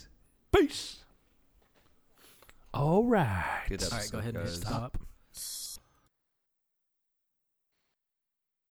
S3: Peace. All right.
S2: Good
S5: All right.
S2: episode,
S5: Go ahead and
S2: guys.
S5: stop.